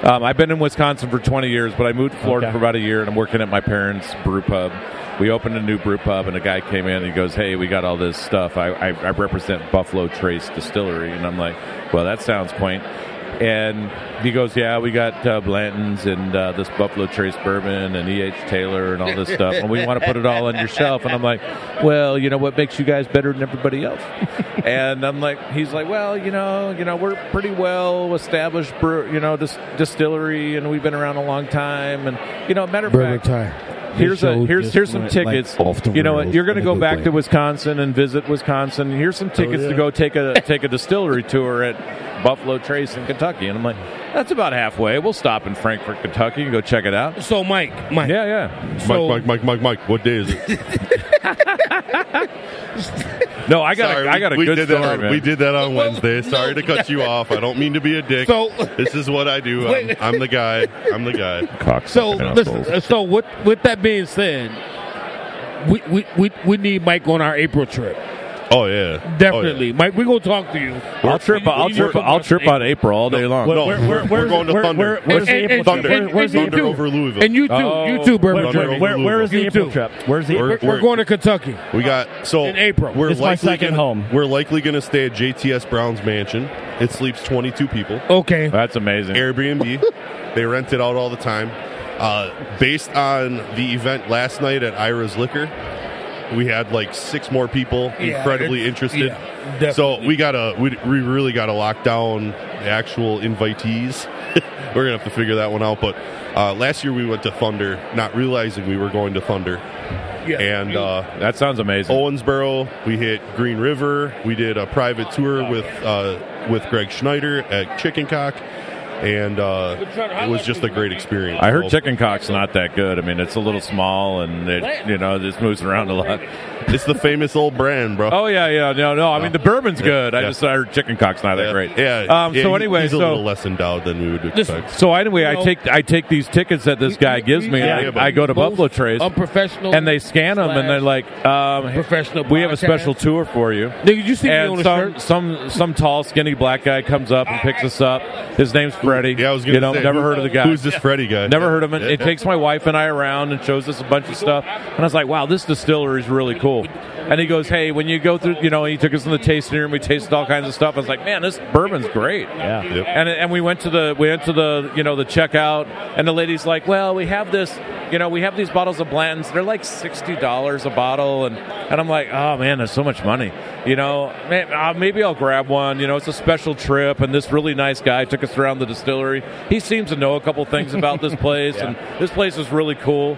S8: Um, I've been in Wisconsin for 20 years, but I moved to Florida
S12: Okay.
S8: for about a year, and I'm working at my parents' brew pub. We opened a new brew pub, and a guy came in and he goes, "Hey, we got all this stuff. I, I, I represent Buffalo Trace Distillery," and I'm like, "Well, that sounds quaint." And he goes, "Yeah, we got uh, Blanton's and uh, this Buffalo Trace bourbon and E.H. Taylor and all this stuff, and we want to put it all on your shelf." And I'm like, "Well, you know what makes you guys better than everybody else?" [laughs] and I'm like, "He's like, well, you know, you know, we're pretty well established, brew, you know, dis- distillery, and we've been around a long time, and you know, matter of fact, here's a here's here's some tickets. you know what? You're going to go back to Wisconsin and visit Wisconsin. Here's
S5: Oh,
S8: some tickets to go
S5: [laughs]
S8: take a take a distillery tour at Buffalo Trace in Kentucky. And I'm like, that's about halfway. We'll stop in Frankfort, Kentucky, and go check it out.
S5: so, Mike, Mike,
S8: Yeah, yeah.
S5: so,
S4: Mike, Mike, Mike, Mike, Mike. What day is
S5: [laughs]
S4: it?
S8: No, I got
S4: Sorry,
S8: a, I got a
S4: we
S8: good
S4: did
S8: story,
S4: that on,
S8: man.
S4: We did that on Wednesday. Sorry to cut you off. I don't mean to be a dick.
S5: So-
S4: this is what I
S5: [laughs]
S4: do. I'm,
S5: Wait.
S4: I'm the guy. I'm the guy.
S10: Cocksucking
S5: so listen.
S10: assholes.
S5: uh, So, with with that being said, we we, we, we need Mike on our April trip.
S4: Oh yeah,
S5: Definitely, Mike. We gonna talk to you.
S8: I'll trip. I'll trip. I'll trip on April all day long.
S4: Oh, yeah. No, we're, we're going to
S12: where-
S4: Thunder.
S12: where- where's
S5: the April
S4: Thunder,
S5: trip? Where- where's the
S4: Thunder
S5: April?
S4: over Louisville.
S5: And you too.
S8: Oh.
S5: you too, Bourbon
S4: Where-
S5: Trip.
S4: where-
S12: where, where is the
S5: You
S12: April
S5: too.
S12: trip? Where's the
S4: We're-
S5: We're, we're going to Kentucky.
S4: we got so
S5: In April.
S4: We're
S12: It's my
S4: likely
S12: second
S4: gonna,
S12: home.
S4: We're likely going to stay at JTS Brown's mansion. It sleeps 22 people.
S5: Okay.
S8: That's amazing.
S4: Airbnb. they rent it out all the time. Uh, based on the event last night at Ira's Liquor, we had like six more people
S5: Yeah,
S4: incredibly
S5: it's-
S4: interested.
S5: yeah, definitely.
S4: so we gotta, we, we really gotta lock down the actual invitees. [laughs] we're gonna have to figure that one out. But uh, last year we went to Thunder, not realizing we were going to Thunder,
S5: Yeah.
S4: and uh,
S8: That sounds amazing.
S5: Oh,
S4: Owensboro. We hit Green River. We did a private tour with uh, with Greg Schneider at Chicken Cock, and uh, it was just a great experience.
S8: I
S5: oh,
S8: heard
S4: So
S8: chicken cock's not that good. I mean, it's a little small and it, you know, it just moves around a lot.
S4: It's the famous old brand, bro.
S8: Oh yeah, yeah, no, no. I mean, the bourbon's good. I
S4: Yeah.
S8: just I heard chicken cock's not that
S4: yeah,
S8: great.
S4: Yeah.
S8: Um.
S4: yeah,
S8: So
S4: he-
S8: anyway,
S4: he's a little
S8: so
S4: less endowed than we would expect.
S8: so anyway, I
S5: know-
S8: take I take these tickets that this guy gives me.
S5: yeah,
S8: and
S4: but
S8: I, I go to
S5: Both
S8: Buffalo Trace
S5: Unprofessional.
S8: and they scan them and they're like, um,
S5: Professional
S8: We have a
S5: podcast.
S8: special tour for you.
S5: Nigga, you see me on
S8: And
S5: the
S8: some,
S5: shirt?
S8: some some tall skinny black guy comes up and picks us up. His name's Freddie.
S4: yeah, I was gonna
S8: you know
S4: say,
S8: never
S4: who-
S8: heard of the guy.
S4: Who's this Freddy guy?
S8: Never heard of it.
S4: Yeah,
S8: It
S4: yeah.
S8: takes my wife and I around and shows us a bunch of stuff. And I was like, wow, this distillery is really cool. And he goes, "Hey, when you go through, you know," and he took us in the tasting room. We tasted all kinds of stuff. I was like, "Man, this bourbon's great."
S12: Yeah.
S4: Yep.
S8: And and we went to the we went to the you know the checkout, and the lady's like, "Well, we have this." You know, we have these bottles of blends. They're like sixty dollars a bottle, and, and I'm like, oh man, that's so much money. You know, man, uh, maybe I'll grab one. You know, it's a special trip, and this really nice guy took us around the distillery. He seems to know a couple things about this place, and this place is really cool.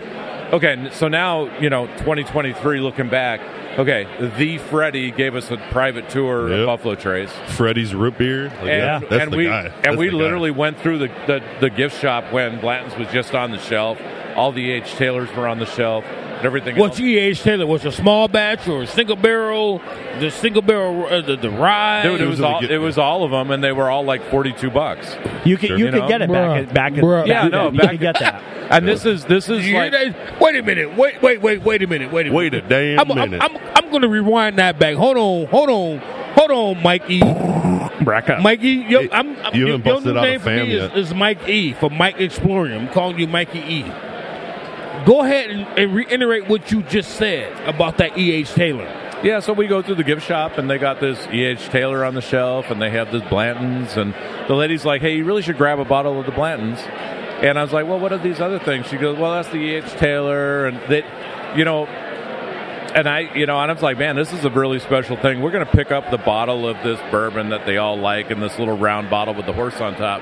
S8: Okay, n- so now you know 2023. Looking back, okay, the Freddie gave us a private tour
S4: Yep.
S8: of Buffalo Trace,
S4: Freddy's root beer. Like, Oh, yeah,
S8: and,
S4: that's
S8: and
S4: the
S8: we
S4: guy.
S8: and
S4: That's
S8: we
S4: the guy.
S8: literally went through the, the the gift shop when Blanton's was just on the shelf. All the H Taylors were on the shelf, and everything.
S5: What's
S8: else.
S5: E.H. Taylor? Was a small batch or a single barrel? The single barrel, uh, the, the rye?
S8: Dude, it
S4: was
S8: was
S4: in the
S8: all
S4: gift-
S8: it was all of them, and they were all like 42 bucks.
S12: You could you,
S8: You
S12: could
S8: know?
S12: get it back
S5: Bruh.
S12: at, back, at,
S5: Bruh.
S12: back
S8: Yeah, no,
S12: then. you
S8: back-
S12: could get that.
S8: And this is this is
S5: You hear
S8: like
S5: that? Wait a minute. Wait, wait, wait, wait a minute. Wait a minute.
S4: Wait a damn
S5: I'm, I'm,
S4: minute.
S5: I'm, I'm going to rewind that back. Hold on. Hold on. Hold on, Mikey. Mikey, yo,
S4: Hey,
S5: I'm, I'm,
S4: you
S5: your-
S4: haven't
S5: your
S4: busted
S5: new
S4: out a
S5: name for
S4: fam
S5: me
S4: yet.
S5: is, is Mike E for Mike Exploring. I'm calling you Mikey E. Go ahead and, and reiterate what you just said about that E.H. Taylor.
S8: Yeah, so we go through the gift shop and they got this E.H. Taylor on the shelf and they have this Blanton's. And the lady's like, hey, you really should grab a bottle of the Blanton's. And I was like, well, what are these other things? She goes, well, that's the E.H. Taylor. And that, you know, and I, you know, and I was like, man, this is a really special thing. We're going to pick up the bottle of this bourbon that they all like and this little round bottle with the horse on top.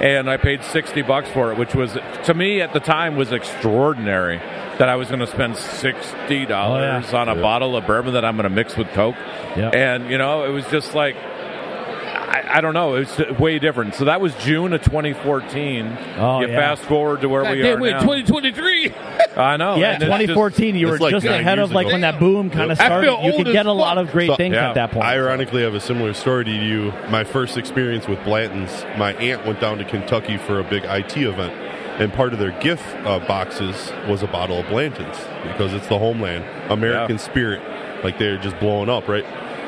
S8: And I paid 60 bucks for it, which was, to me at the time, was extraordinary that I was going to spend $60 on a bottle of bourbon that I'm going to mix with Coke.
S12: Yeah.
S8: And, you know, it was just like, I, I don't know. It was way different. So that was June of 2014.
S12: Oh,
S8: you
S12: yeah.
S8: fast forward to where
S5: God
S8: we
S5: damn,
S8: are
S5: we're in
S8: now.
S5: 2023.
S8: I know.
S12: yeah,
S8: and it's just-
S12: 2014. you were
S4: it's like
S12: just
S4: nine
S12: ahead
S4: years
S12: of like
S4: ago.
S12: when that boom kind of
S4: Yep.
S5: I
S12: started.
S5: feel
S12: You
S5: old
S12: could
S5: as
S12: get a lot
S5: fuck.
S12: of great
S4: So-
S12: things
S8: yeah,
S12: at that point.
S4: I ironically have a similar story to you. My first experience with Blanton's, my aunt went down to Kentucky for a big IT event, and part of their gift uh, boxes was a bottle of Blanton's because it's the homeland, American
S8: Yeah.
S4: spirit. Like they're just blowing up, right?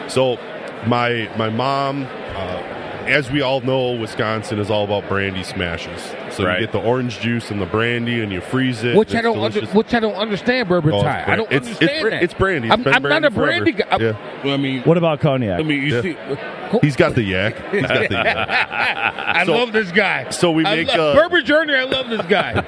S4: So, my my mom, uh, as we all know, Wisconsin is all about brandy smashes. So
S8: Right.
S4: you get the orange juice and the brandy, and you freeze it.
S5: Which
S4: It's
S5: I don't under,
S4: delicious.
S5: which I don't understand, Bourbon
S4: Oh, it's
S5: Tie. I
S4: brand-
S5: don't
S4: it's- it's
S5: understand
S4: bra-
S5: that.
S4: it's brandy. It's
S5: I'm,
S4: been
S5: I'm not
S4: brandy
S5: a brandy
S4: forever.
S5: guy. I'm-
S4: Yeah.
S5: Well, I mean,
S12: what about cognac?
S5: I mean, you
S4: Yeah.
S5: see,
S4: He's got the yak. He's got the yak.
S5: I
S4: So-
S5: love this guy.
S4: [laughs] so we
S5: I
S4: make,
S5: love-
S4: uh,
S5: Bourbon Journey. I love this
S4: [laughs]
S5: guy.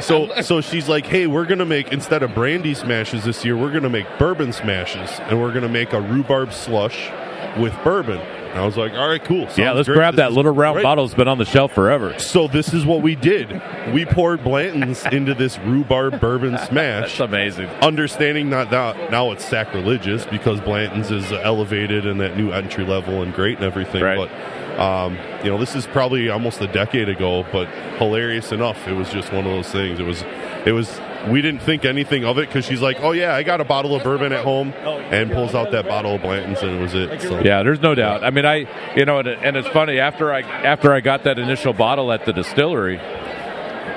S4: So so she's like, hey, we're gonna make instead of brandy smashes this year, we're gonna make bourbon smashes, and we're gonna make a rhubarb slush with bourbon. And I was like, all right, cool.
S8: Yeah,
S4: sounds
S8: let's
S4: great.
S8: grab
S4: This
S8: that
S4: is
S8: little round
S4: great.
S8: bottle that's been on the shelf forever.
S4: So this is what we did. We poured Blanton's into this rhubarb
S8: [laughs]
S4: bourbon smash.
S8: That's amazing.
S4: Understanding that now, now it's sacrilegious because Blanton's is elevated and that new entry level and great and everything.
S8: Right.
S4: But um, you know, this is probably almost a decade ago, but hilarious enough, it was just one of those things. It was, it was. We didn't think anything of it because she's like, "Oh yeah, I got a bottle of bourbon at home," and pulls out that bottle of Blanton's and it was it. So.
S8: Yeah, there's no doubt. I mean, I you know, and, and it's funny after I after I got that initial bottle at the distillery,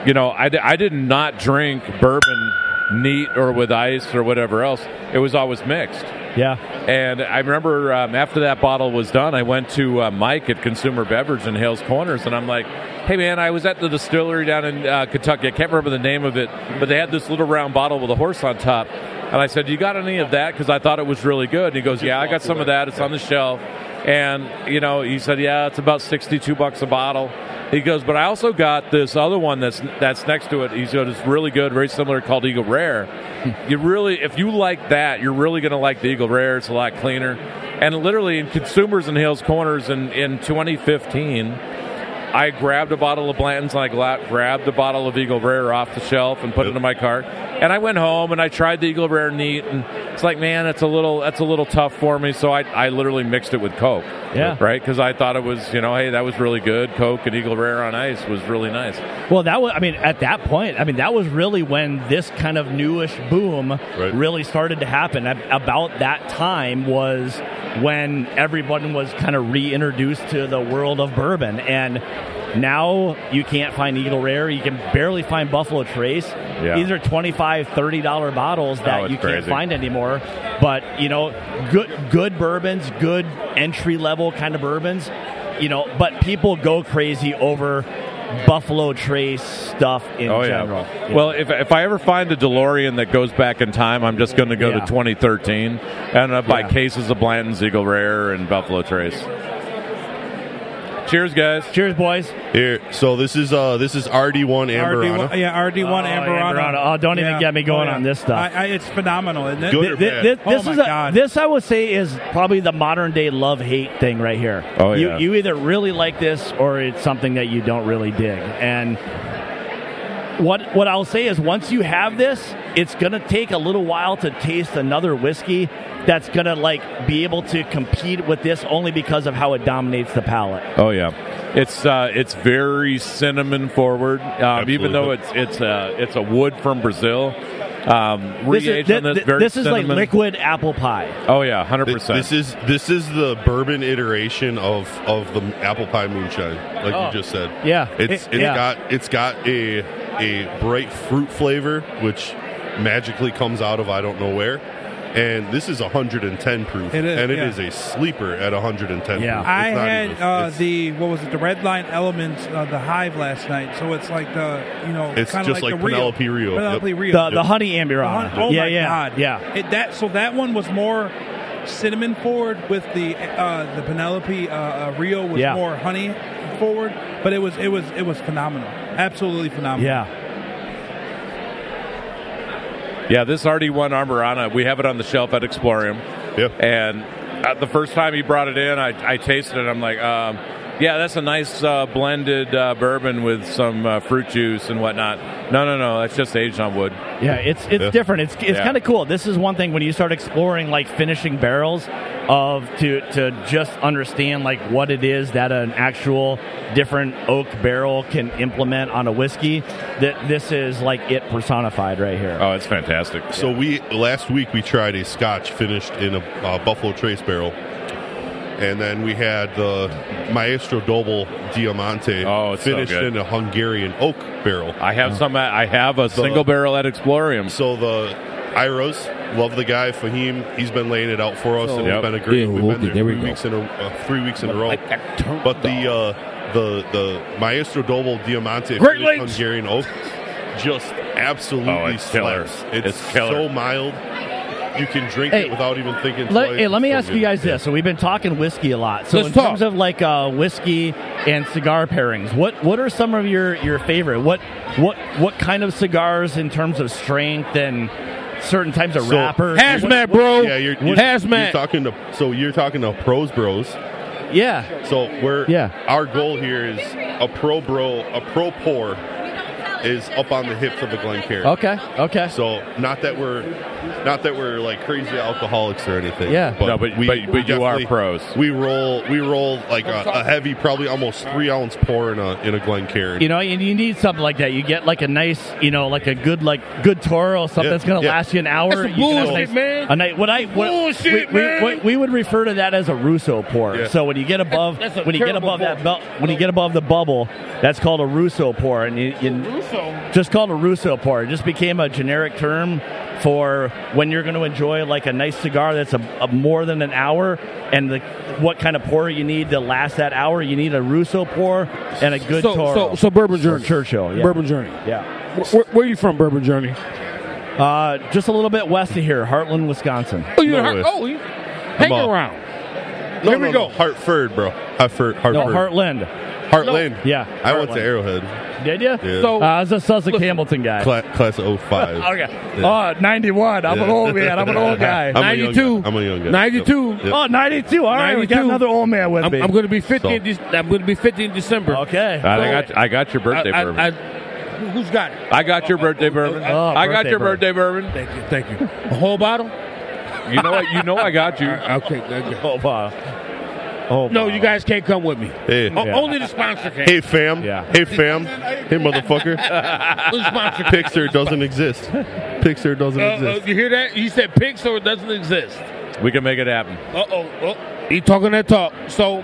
S8: you know, I, di- I did not drink bourbon neat or with ice or whatever else. It was always mixed.
S12: yeah,
S8: And I remember um, after that bottle was done, I went to uh, Mike at Consumer Beverage in Hales Corners, and I'm like, "Hey man, I was at the distillery down in uh, Kentucky. I can't remember the name of it, but they had this little round bottle with a horse on top." And I said, "You got any of that?" Because I thought it was really good. And he goes, "Yeah, I got some of that. It's on the shelf." And you know, he said, "Yeah, it's about sixty-two bucks a bottle." He goes, "But I also got this other one that's that's next to it." He said, "It's really good, very similar, called Eagle Rare." you really if you like that you're really going to like the eagle rare it's a lot cleaner and literally in consumers and hills corners in, in 2015 i grabbed a bottle of blanton's and i gla- grabbed a bottle of eagle rare off the shelf and put it in my cart and i went home and i tried the eagle rare neat and it's like man it's a little that's a little tough for me so i, I literally mixed it with coke
S12: Yeah.
S8: right because i thought it was you know hey that was really good coke and eagle rare on ice was really nice
S12: well, that was. I mean, at that point, I mean, that was really when this kind of newish boom really started to happen. Ab- About that time was when everyone was kind of reintroduced to the world of bourbon, and now you can't find Eagle Rare. You can barely find Buffalo Trace.
S8: Yeah.
S12: These are 25 30 dollar bottles that
S8: Oh, it's
S12: you can't
S8: crazy.
S12: find. find anymore. But you know, good good bourbons, good entry level kind of bourbons. You know, but people go crazy over Buffalo Trace stuff in
S8: Oh
S12: general.
S8: yeah. Well, if if I ever find a DeLorean that goes back in time, I'm just going to go
S12: Yeah.
S8: to 2013 and uh, buy
S12: Yeah.
S8: cases of Blanton's Eagle Rare and Buffalo Trace. Cheers, guys.
S12: Cheers, boys.
S4: Here, so this is uh this is RD1 Amberana.
S1: RD1, yeah, RD1
S12: Oh,
S1: Amberana.
S12: Amberana. Oh, don't even get me going on this stuff.
S1: I, I, it's phenomenal, isn't it?
S4: Good
S1: Th-
S4: or
S1: th-
S4: bad?
S12: This,
S1: Oh
S12: this
S1: my
S12: is a,
S1: God.
S12: this I would say is probably the modern day love hate thing right here.
S8: Oh, yeah.
S12: You you either really like this or it's something that you don't really dig. And what what I'll say is once you have this, it's gonna take a little while to taste another whiskey that's gonna like be able to compete with this only because of how it dominates the palate.
S8: Oh yeah, it's uh, it's very cinnamon forward. Um, even
S4: Absolutely.
S8: though it's it's uh, it's a wood from Brazil. Um,
S12: This
S8: re-aged
S12: is, thi-
S8: on this,
S12: thi-
S8: very
S12: this is like
S8: cinnamon.
S12: liquid apple pie.
S8: Oh yeah, hundred
S4: Th-
S8: percent.
S4: This is this is the bourbon iteration of of the apple pie moonshine, like you just said.
S12: Yeah.
S1: [laughs]
S4: It's it's
S12: It- yeah.
S4: got it's got a a bright fruit flavor which magically comes out of I don't know where. And this is 110 proof,
S1: It is,
S4: and it
S1: yeah.
S4: is a sleeper at 110.
S12: Yeah.
S4: proof. It's
S1: I
S4: not
S1: had
S4: even-
S1: uh,
S4: it's-
S1: the what was it? The Red Line Elements, uh, the Hive last night. So it's like the you know,
S4: It's
S1: kinda
S4: just
S1: like,
S4: like
S1: the Rio.
S4: Penelope Rio.
S1: Penelope
S4: Yep.
S1: Rio.
S12: The, the honey amberana.
S1: Oh
S12: yeah,
S1: my
S12: yeah,
S1: god!
S12: Yeah.
S1: It, that so that one was more cinnamon forward with the uh, the Penelope uh, uh, Rio was
S12: Yeah.
S1: more honey forward, but it was it was it was phenomenal, absolutely phenomenal.
S12: Yeah.
S8: Yeah, this RD1 Armorana, we have it on the shelf at Explorium.
S4: Yep.
S8: And uh, the first time he brought it in, I, I tasted it. I'm like, um, yeah, that's a nice uh, blended uh, bourbon with some uh, fruit juice and whatnot. No, no, no, that's just aged on wood.
S12: Yeah, it's it's
S4: Yeah.
S12: different. It's it's
S8: Yeah.
S12: kind of cool. This is one thing when you start exploring like finishing barrels of to to just understand like what it is that an actual different oak barrel can implement on a whiskey. That this is like it personified right here.
S8: Oh, it's fantastic.
S4: So we last week we tried a Scotch finished in a uh, Buffalo Trace barrel, and then we had the Maestro Doble Diamante
S8: Oh, it's so
S4: finished
S8: good.
S4: in a Hungarian oak barrel.
S8: I have some. I have a single barrel at Explorium.
S4: So the Iros, love the guy Fahim. He's been laying it out for us, and
S8: Yep.
S4: it's been a great.
S5: Yeah,
S4: We've
S5: we'll
S4: been
S5: be-
S4: there,
S5: there we
S4: three
S5: go.
S4: weeks in a uh, three weeks in a row.
S5: Like that turn-
S4: But the uh, the the Maestro Doble Diamante
S5: Great
S4: finished
S5: Lakes.
S4: Hungarian oak just absolutely
S8: Oh, it's killer.
S4: slaps.
S8: It's killer.
S4: so mild. You can drink
S12: Hey,
S4: it without even thinking.
S12: Let,
S4: twice.
S12: hey, let me
S4: Oh, It's so
S12: ask you
S4: good.
S12: guys this. So we've been talking whiskey a lot. So
S5: Let's
S12: in
S5: talk.
S12: terms of like uh, whiskey and cigar pairings, what what are some of your your favorite? What what what kind of cigars in terms of strength and certain types of
S4: So-
S12: wrappers?
S5: Hazmat, bro.
S4: Yeah, you're, you're, you're
S5: Hazmat.
S4: talking to so you're talking to pros bros.
S12: Yeah.
S4: So we're
S12: Yeah.
S4: Our goal here is a pro bro, a pro pour is up on the hips of a Glencairn.
S12: Okay. Okay.
S4: So not that we're not that we're like crazy alcoholics or anything.
S12: Yeah.
S8: No, but- but- but you are
S4: definitely-
S8: pros.
S4: We roll we roll like a, a heavy, probably almost three ounce pour in a in a Glencairn.
S12: You know, and you need something like that. You get like a nice, you know, like a good, like good Toro, something
S4: Yeah,
S12: that's going to
S4: yeah.
S12: last you an hour.
S5: That's some
S12: You can have a
S5: bullshit,
S12: nice-
S5: man.
S12: A night. What I what,
S5: Bullshit,
S12: we,
S5: man.
S12: We, we, we would refer to that as a Russo pour.
S4: Yeah.
S12: So when you get above,
S5: That's- that's a
S12: when you get
S5: terrible
S12: above that belt, when you get above the bubble, that's called a Russo pour, and you, you
S5: Russo.
S12: just called a Russo pour. It just became a generic term for when you're going to enjoy like a nice cigar that's a, a more than an hour, and the what kind of pour you need to last that hour. You need a Russo pour and a good
S5: so,
S12: Toro.
S5: so, so Bourbon
S12: Or
S5: Journey.
S12: Churchill. Yeah.
S5: Bourbon Journey.
S12: Yeah.
S5: Where, where, where you from, Bourbon Journey?
S12: Uh, just a little bit west of here, Heartland, Wisconsin.
S5: Oh, you
S4: No
S5: heard,
S4: way.
S5: oh, you hang
S4: on.
S5: around.
S4: no, no,
S5: here we
S4: no,
S5: go.
S4: Hartford, bro. Hartford,
S12: No,
S4: Hartford,
S12: Heartland.
S4: Heartland.
S12: Yeah,
S4: I went to
S12: Heartland.
S4: Arrowhead,
S12: Did you?
S4: Yeah.
S12: So, uh, I was a Sussex
S5: Listen.
S12: Hamilton guy.
S4: Cla- class
S12: [laughs]
S4: of 05.
S12: Okay.
S4: Yeah.
S12: Oh, 91. I'm an
S4: Yeah.
S12: old man. I'm an old guy.
S4: I'm a young
S5: 92.
S4: guy. I'm a young guy.
S5: 92.
S4: Yep.
S12: Oh, 92. All right, we got
S5: 92.
S12: another old man with
S5: I'm,
S12: me.
S5: I'm going to be 50. in
S4: So-
S5: Dec- I'm going to be 50 in December.
S12: okay.
S8: I got I got your
S5: I,
S8: birthday
S5: I,
S8: bourbon.
S5: I,
S8: I,
S5: who- who's got it?
S8: got your birthday bourbon.
S12: oh,
S8: I got
S12: birthday
S8: your
S12: bourbon.
S8: birthday bourbon.
S5: Thank you. Thank you. A whole bottle?
S8: You know what? You know I got
S5: [laughs]
S8: you.
S5: Okay. thank you.
S12: oh, wow. Oh,
S5: No,
S12: wow.
S5: you guys can't come with me.
S4: Hey.
S5: O- Only the sponsor can.
S4: Hey fam.
S12: Yeah.
S4: Hey fam. Hey motherfucker.
S5: The sponsor can.
S4: Pixar doesn't exist. Pixar doesn't
S5: Uh,
S12: Oh,
S5: uh,
S4: exist.
S5: you hear that? He said pig, so it doesn't exist.
S8: We can make it happen.
S5: Uh oh. He talking that talk. So,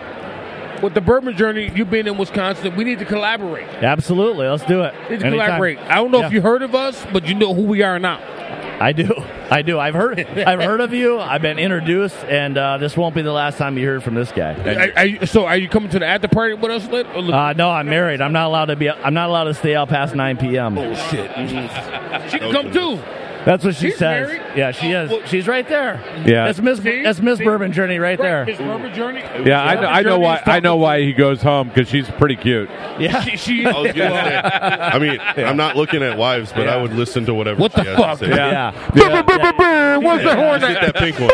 S5: with the bourbon journey, you being in Wisconsin, we need to collaborate.
S12: Absolutely. Let's do it.
S5: We need to
S12: Anytime.
S5: collaborate. I don't know
S12: Yeah.
S5: if you heard of us, but you know who we are now.
S12: I do. I do. I've heard. I've heard of you. I've been introduced, and uh, this won't be the last time you hear from this guy.
S5: Are, are you, so are you coming to the after party with us? Lit? Or
S12: Uh, no, I'm married. I'm not allowed to be. I'm not allowed to stay out past 9 p.m.
S5: oh shit!
S8: Uh,
S5: she can come too.
S12: That's what she
S5: She's
S12: says.
S5: married? Oh.
S12: Yeah, she is. She's right there.
S8: Yeah.
S12: that's Miss.
S5: See?
S12: That's Miss
S5: See?
S12: Bourbon Journey right there.
S5: Miss Rubber Journey.
S8: Yeah, I know, I know why. I know why he goes home because she's pretty cute.
S12: Yeah.
S5: She, she,
S4: I
S12: [laughs]
S4: was gonna say. I mean, I'm not looking at wives, but I would listen to whatever.
S5: What
S4: she
S5: the
S4: has to
S5: fuck?
S4: say.
S8: Yeah.
S12: Yeah.
S5: what's the horn?
S4: Just [laughs] hit that pink one.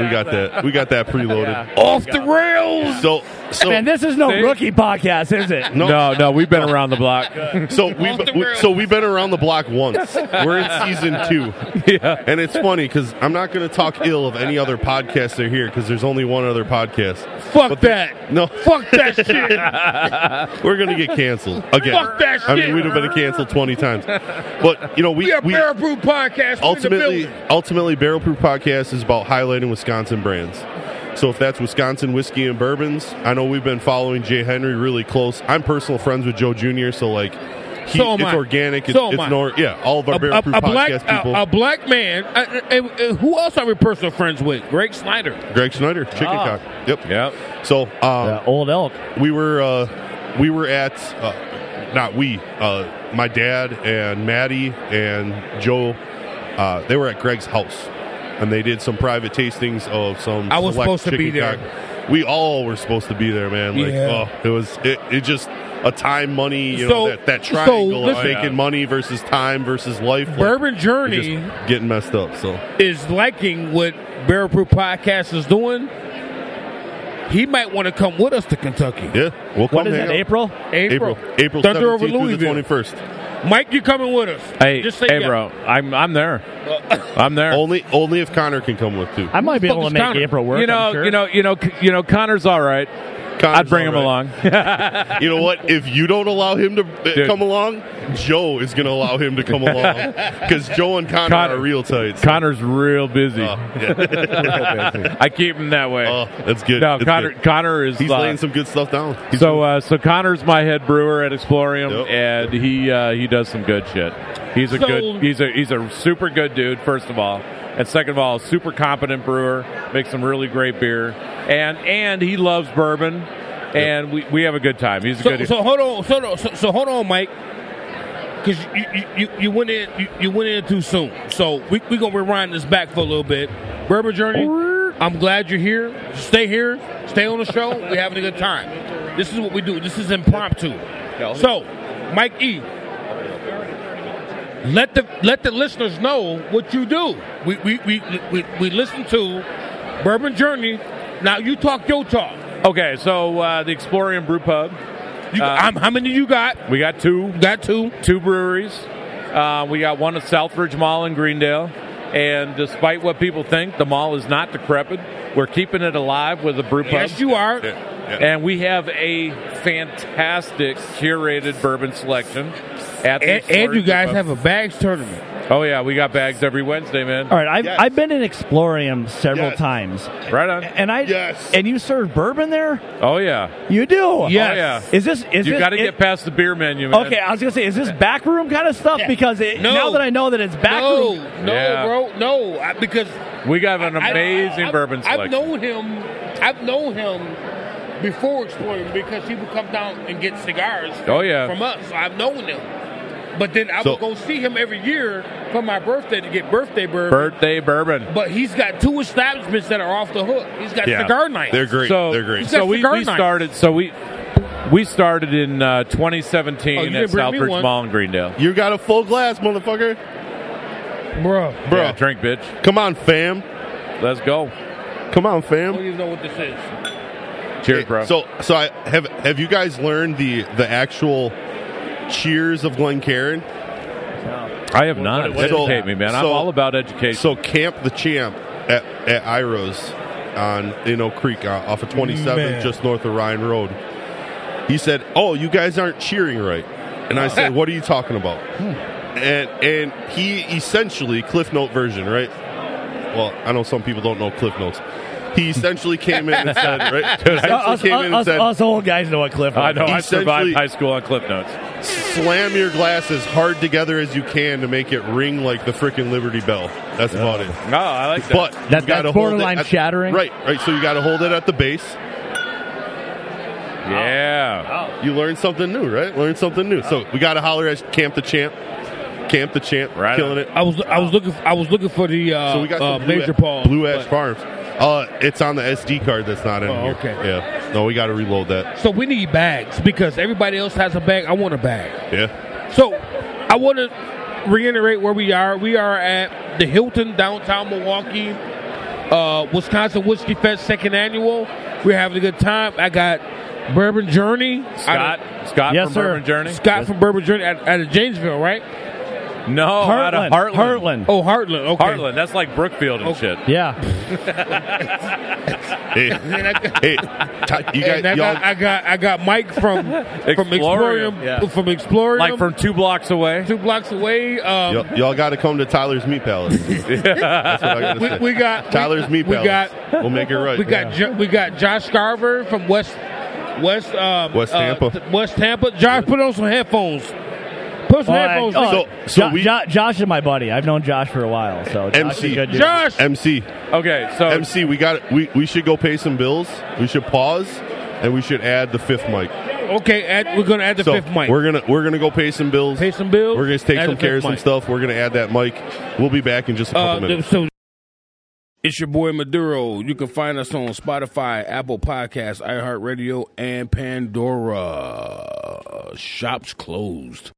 S4: We got that. We got that preloaded.
S5: Off the rails.
S4: So, so
S12: Man, this is no rookie podcast, is it?
S4: no,
S8: No, no, we've been around the block.
S4: So we've
S5: the
S4: we,
S5: rails.
S4: so we've been around the block once. We're in season
S5: [laughs]
S4: two,
S8: yeah.
S4: and it's funny because I'm not going to talk ill of any other podcaster here because there's only one other podcast.
S5: Fuck
S4: But the-
S5: that.
S4: No,
S5: Fuck
S8: [laughs]
S5: that shit.
S4: we're going to get canceled again.
S5: Fuck that
S4: I mean,
S5: shit.
S4: we'd have been canceled 20 times. But you know, we
S5: We are
S4: we
S5: Barrel Brew Podcast. We're in
S4: ultimately
S5: the building.
S4: ultimately Barrel Proof Podcast is about highlighting Wisconsin brands. So if that's Wisconsin whiskey and bourbons, I know we've been following Jay Henry really close. I'm personal friends with Joe Jr. So like, he,
S5: So am
S4: it's
S5: I.
S4: organic. It's,
S5: So am
S4: it's
S5: I.
S4: nor- yeah. All of our
S5: a,
S4: Barrel Proof
S5: a- a black
S4: Podcast people.
S5: a, a black man. Uh, uh, uh, who else are we personal friends with? Greg Snyder.
S4: Greg Schneider, chicken
S5: Ah.
S4: cock. Yep.
S8: Yep.
S4: So uh,
S12: Uh, old elk.
S4: we were uh, we were at uh, not we uh, my dad and Maddie and Joe. Uh, they were at Greg's house, and they did some private tastings of some.
S5: I was
S4: select
S5: supposed to
S4: chicken
S5: be there.
S4: cock. We all were supposed to be there, man. Like,
S5: Yeah.
S4: oh, it was it, it just a time money. You know
S5: So-
S4: that, that
S5: so
S4: triangle of
S5: listen-
S4: making money versus time versus life. like,
S5: Bourbon
S4: we're
S5: Journey
S4: just getting messed up. So
S5: is liking what Barrel Proof Podcast is doing. He might want to come with us to Kentucky.
S4: yeah, we'll come
S12: What is
S4: hang
S12: it?
S4: out.
S12: April?
S5: April.
S4: April April
S5: Thunder over
S4: 17th through the
S5: Louisville.
S4: 21st.
S5: Mike, you coming with us?
S8: Hey,
S5: Just say
S8: hey,
S5: yeah.
S8: bro, I'm I'm there. I'm there.
S4: Only only if Connor can come with too.
S12: I might be
S5: Fuck
S12: able to
S5: is
S12: make
S5: Connor?
S12: April work.
S8: you know,
S12: I'm sure.
S8: you know, you know, you know. Connor's all right. I'd bring him along.
S4: along. You know what? If you don't allow him to uh,
S8: Dude.
S4: come along, Joe is going to allow him to
S8: [laughs]
S4: come along because Joe and Connor,
S8: Connor.
S4: are real tight.
S8: Connor's real busy.
S4: Uh,
S8: [laughs]
S4: yeah.
S8: I keep him that way.
S4: Uh, that's good.
S8: no,
S4: That's
S8: Connor.
S4: good.
S8: Connor is.
S4: He's
S8: uh,
S4: laying some good stuff down. He's
S8: so uh, so Connor's my head brewer at Explorium,
S4: Yep.
S8: and he uh, he does some good shit. He's a
S5: So-
S8: good. He's a he's a super good dude. First of all, and second of all, super competent brewer. Makes some really great beer, and and he loves bourbon, and we, we have a good time. He's a
S5: So,
S8: good.
S5: so hold on, so, no- so, so hold on, Mike, because you, you, you, you went in you, you went in too soon. So we we gonna rewind this back for a little bit. Bourbon Journey, I'm glad you're here. Stay here, stay on the show. We're having a good time. This is what we do. This is impromptu. So, Mike E, let the let the listeners know what you do. We we we we, we listen to Bourbon Journey. Now you talk your talk.
S8: okay, so uh, the Explorium Brew Pub.
S5: You,
S8: Uh,
S5: I'm, how many you got?
S8: We got two
S5: Got two.
S8: two breweries. Uh, we got one at Southridge Mall in Greendale. And despite what people think, the mall is not decrepit. We're keeping it alive with a brew pub.
S5: Yes, you are.
S8: And we have a fantastic curated bourbon selection. At the
S5: And, and you
S8: Southridge
S5: guys
S8: Pub.
S5: have a bags tournament.
S8: Oh, yeah, we got bags every Wednesday, man.
S12: All right, I've,
S4: Yes.
S12: I've been in Explorium several
S4: Yes.
S12: times,
S8: Right on.
S12: and I
S4: Yes.
S12: and you serve bourbon there.
S8: Oh, yeah.
S12: You do.
S8: Yes. yeah.
S12: Is this is
S8: You
S12: this
S8: got to
S12: it-
S8: get past the beer menu, man.
S12: Okay, I was gonna say, is this backroom kind of stuff? Because it,
S5: No.
S12: now that I know that it's
S5: No,
S12: backroom,
S5: no,
S8: Yeah.
S5: bro, no, I- because
S8: We got an
S5: I-
S8: amazing
S5: I-
S8: bourbon
S5: I've,
S8: selection.
S5: I've known him. I've known him before exploring because he would come down and get cigars.
S8: Oh, yeah.
S5: from us. So I've known him. But then I
S4: So-
S5: would go see him every year for my birthday to get birthday bourbon.
S8: Birthday bourbon.
S5: But he's got two establishments that are off the hook. He's got
S4: Yeah.
S5: cigar nights.
S4: They're great.
S8: So,
S4: They're great.
S8: [laughs]
S5: He's got
S8: So we,
S5: cigar
S8: we
S5: nights.
S8: started. So we we started in uh, 2017
S5: Oh, you
S8: at
S5: didn't bring me
S8: Southbridge
S5: one.
S8: Mall in Greendale.
S4: You got a full glass, motherfucker.
S5: bro.
S4: Bro,
S8: Yeah, drink, bitch.
S4: come on, fam.
S8: Let's go.
S4: Come on,
S5: I don't
S4: fam.
S5: even know what this is.
S8: Cheers, bro.
S4: So, so I have. Have you guys learned the the actual cheers of Glencairn?
S8: I have not
S4: what- so-
S8: educate me, man. I'm
S4: so-
S8: all about education.
S4: So Camp the Champ at, at Iro's on in Oak Creek uh, off of 27, just north of Ryan Road. He said, "Oh, you guys aren't cheering right," and I
S12: [laughs]
S4: said, "What are you talking about?"
S12: Hmm.
S4: And and he essentially Cliff Note version, right? Well, I know some people don't know Cliff Notes. He essentially came in and
S12: [laughs]
S4: said, "Right?"
S12: us,
S4: Essentially came in and
S12: us-
S4: said,
S12: us old guys know what Cliff.
S8: I know I
S4: essentially-
S8: survived high school on Clip Notes.
S4: Slam your glasses hard together as you can to make it ring like the freaking Liberty Bell. That's about it.
S8: No, I like that.
S4: But
S12: That-
S4: you gotta
S12: that's
S4: hold it
S12: borderline
S4: at-
S12: shattering.
S4: Right, right. So you got to hold it at the base.
S8: yeah.
S5: Oh.
S4: You learn something new, right? Learn something new. So we got to holler at Camp the Champ. Camp the Champ,
S8: Right
S4: killing
S8: on.
S4: it.
S5: I was I was looking I was looking for the uh,
S4: So we got
S5: uh,
S4: some blue, E-
S5: major Paul
S4: Blue Ash Farms. Uh, it's on the SD card that's not in
S5: Oh,
S4: here.
S5: okay.
S4: Yeah. No, we got to reload that.
S5: So we need bags because everybody else has a bag. I want a bag.
S4: Yeah.
S5: So I want to reiterate where we are. We are at the Hilton downtown Milwaukee, uh, Wisconsin Whiskey Fest second annual. We're having a good time. I got Bourbon Journey.
S8: Scott,
S5: Out
S8: Scott
S12: Yes,
S8: from
S12: sir.
S8: Bourbon Journey.
S5: of- Scott from Bourbon Journey out, out of Janesville, right?
S8: No, out of Heartland.
S12: Heartland.
S5: Oh, Heartland. Okay. [laughs]
S8: Heartland, That's like Brookfield
S5: Oh.
S8: and shit.
S12: Yeah.
S4: Hey, [laughs]
S5: [laughs]
S4: hey, Ty- you
S5: And I
S4: guys,
S5: got,
S4: y'all,
S5: I got I got Mike from from
S8: Explorium,
S5: Explorium
S8: yeah.
S5: from Explorium
S8: Like from two blocks away.
S5: two blocks away. Um,
S4: y'all, y'all got to come to Tyler's Meat
S5: [laughs]
S4: Palace. [laughs] that's what I got to
S5: we,
S4: say.
S5: we got
S4: Tyler's
S5: we,
S4: Meat
S5: we
S4: Palace.
S5: got
S4: we'll make it right.
S5: We got Jo- we got Josh Garver from West West um,
S4: West
S5: uh,
S4: Tampa.
S5: th- West Tampa. Josh, put on some headphones. Put some
S12: All right.
S5: headphones.
S12: Oh,
S5: on.
S4: So- so
S12: Jo-
S4: we-
S12: Jo- Josh is my buddy. I've known Josh for a while. So Josh is
S4: MC.
S12: a good dude.
S5: Josh,
S4: MC.
S8: Okay, so
S4: MC, we got we we should go pay some bills. We should pause and we should add the fifth mic.
S5: okay, add, we're gonna add the
S4: so
S5: fifth mic.
S4: we're gonna we're gonna go pay some bills.
S5: Pay some bills.
S4: We're gonna take
S5: add
S4: some
S5: the
S4: care of
S5: fifth
S4: some
S5: mic.
S4: stuff. We're gonna add that mic. We'll be back in just a couple
S5: Uh,
S4: minutes.
S5: so it's your boy Maduro. You can find us on Spotify, Apple Podcasts, iHeartRadio, and Pandora. Shops closed.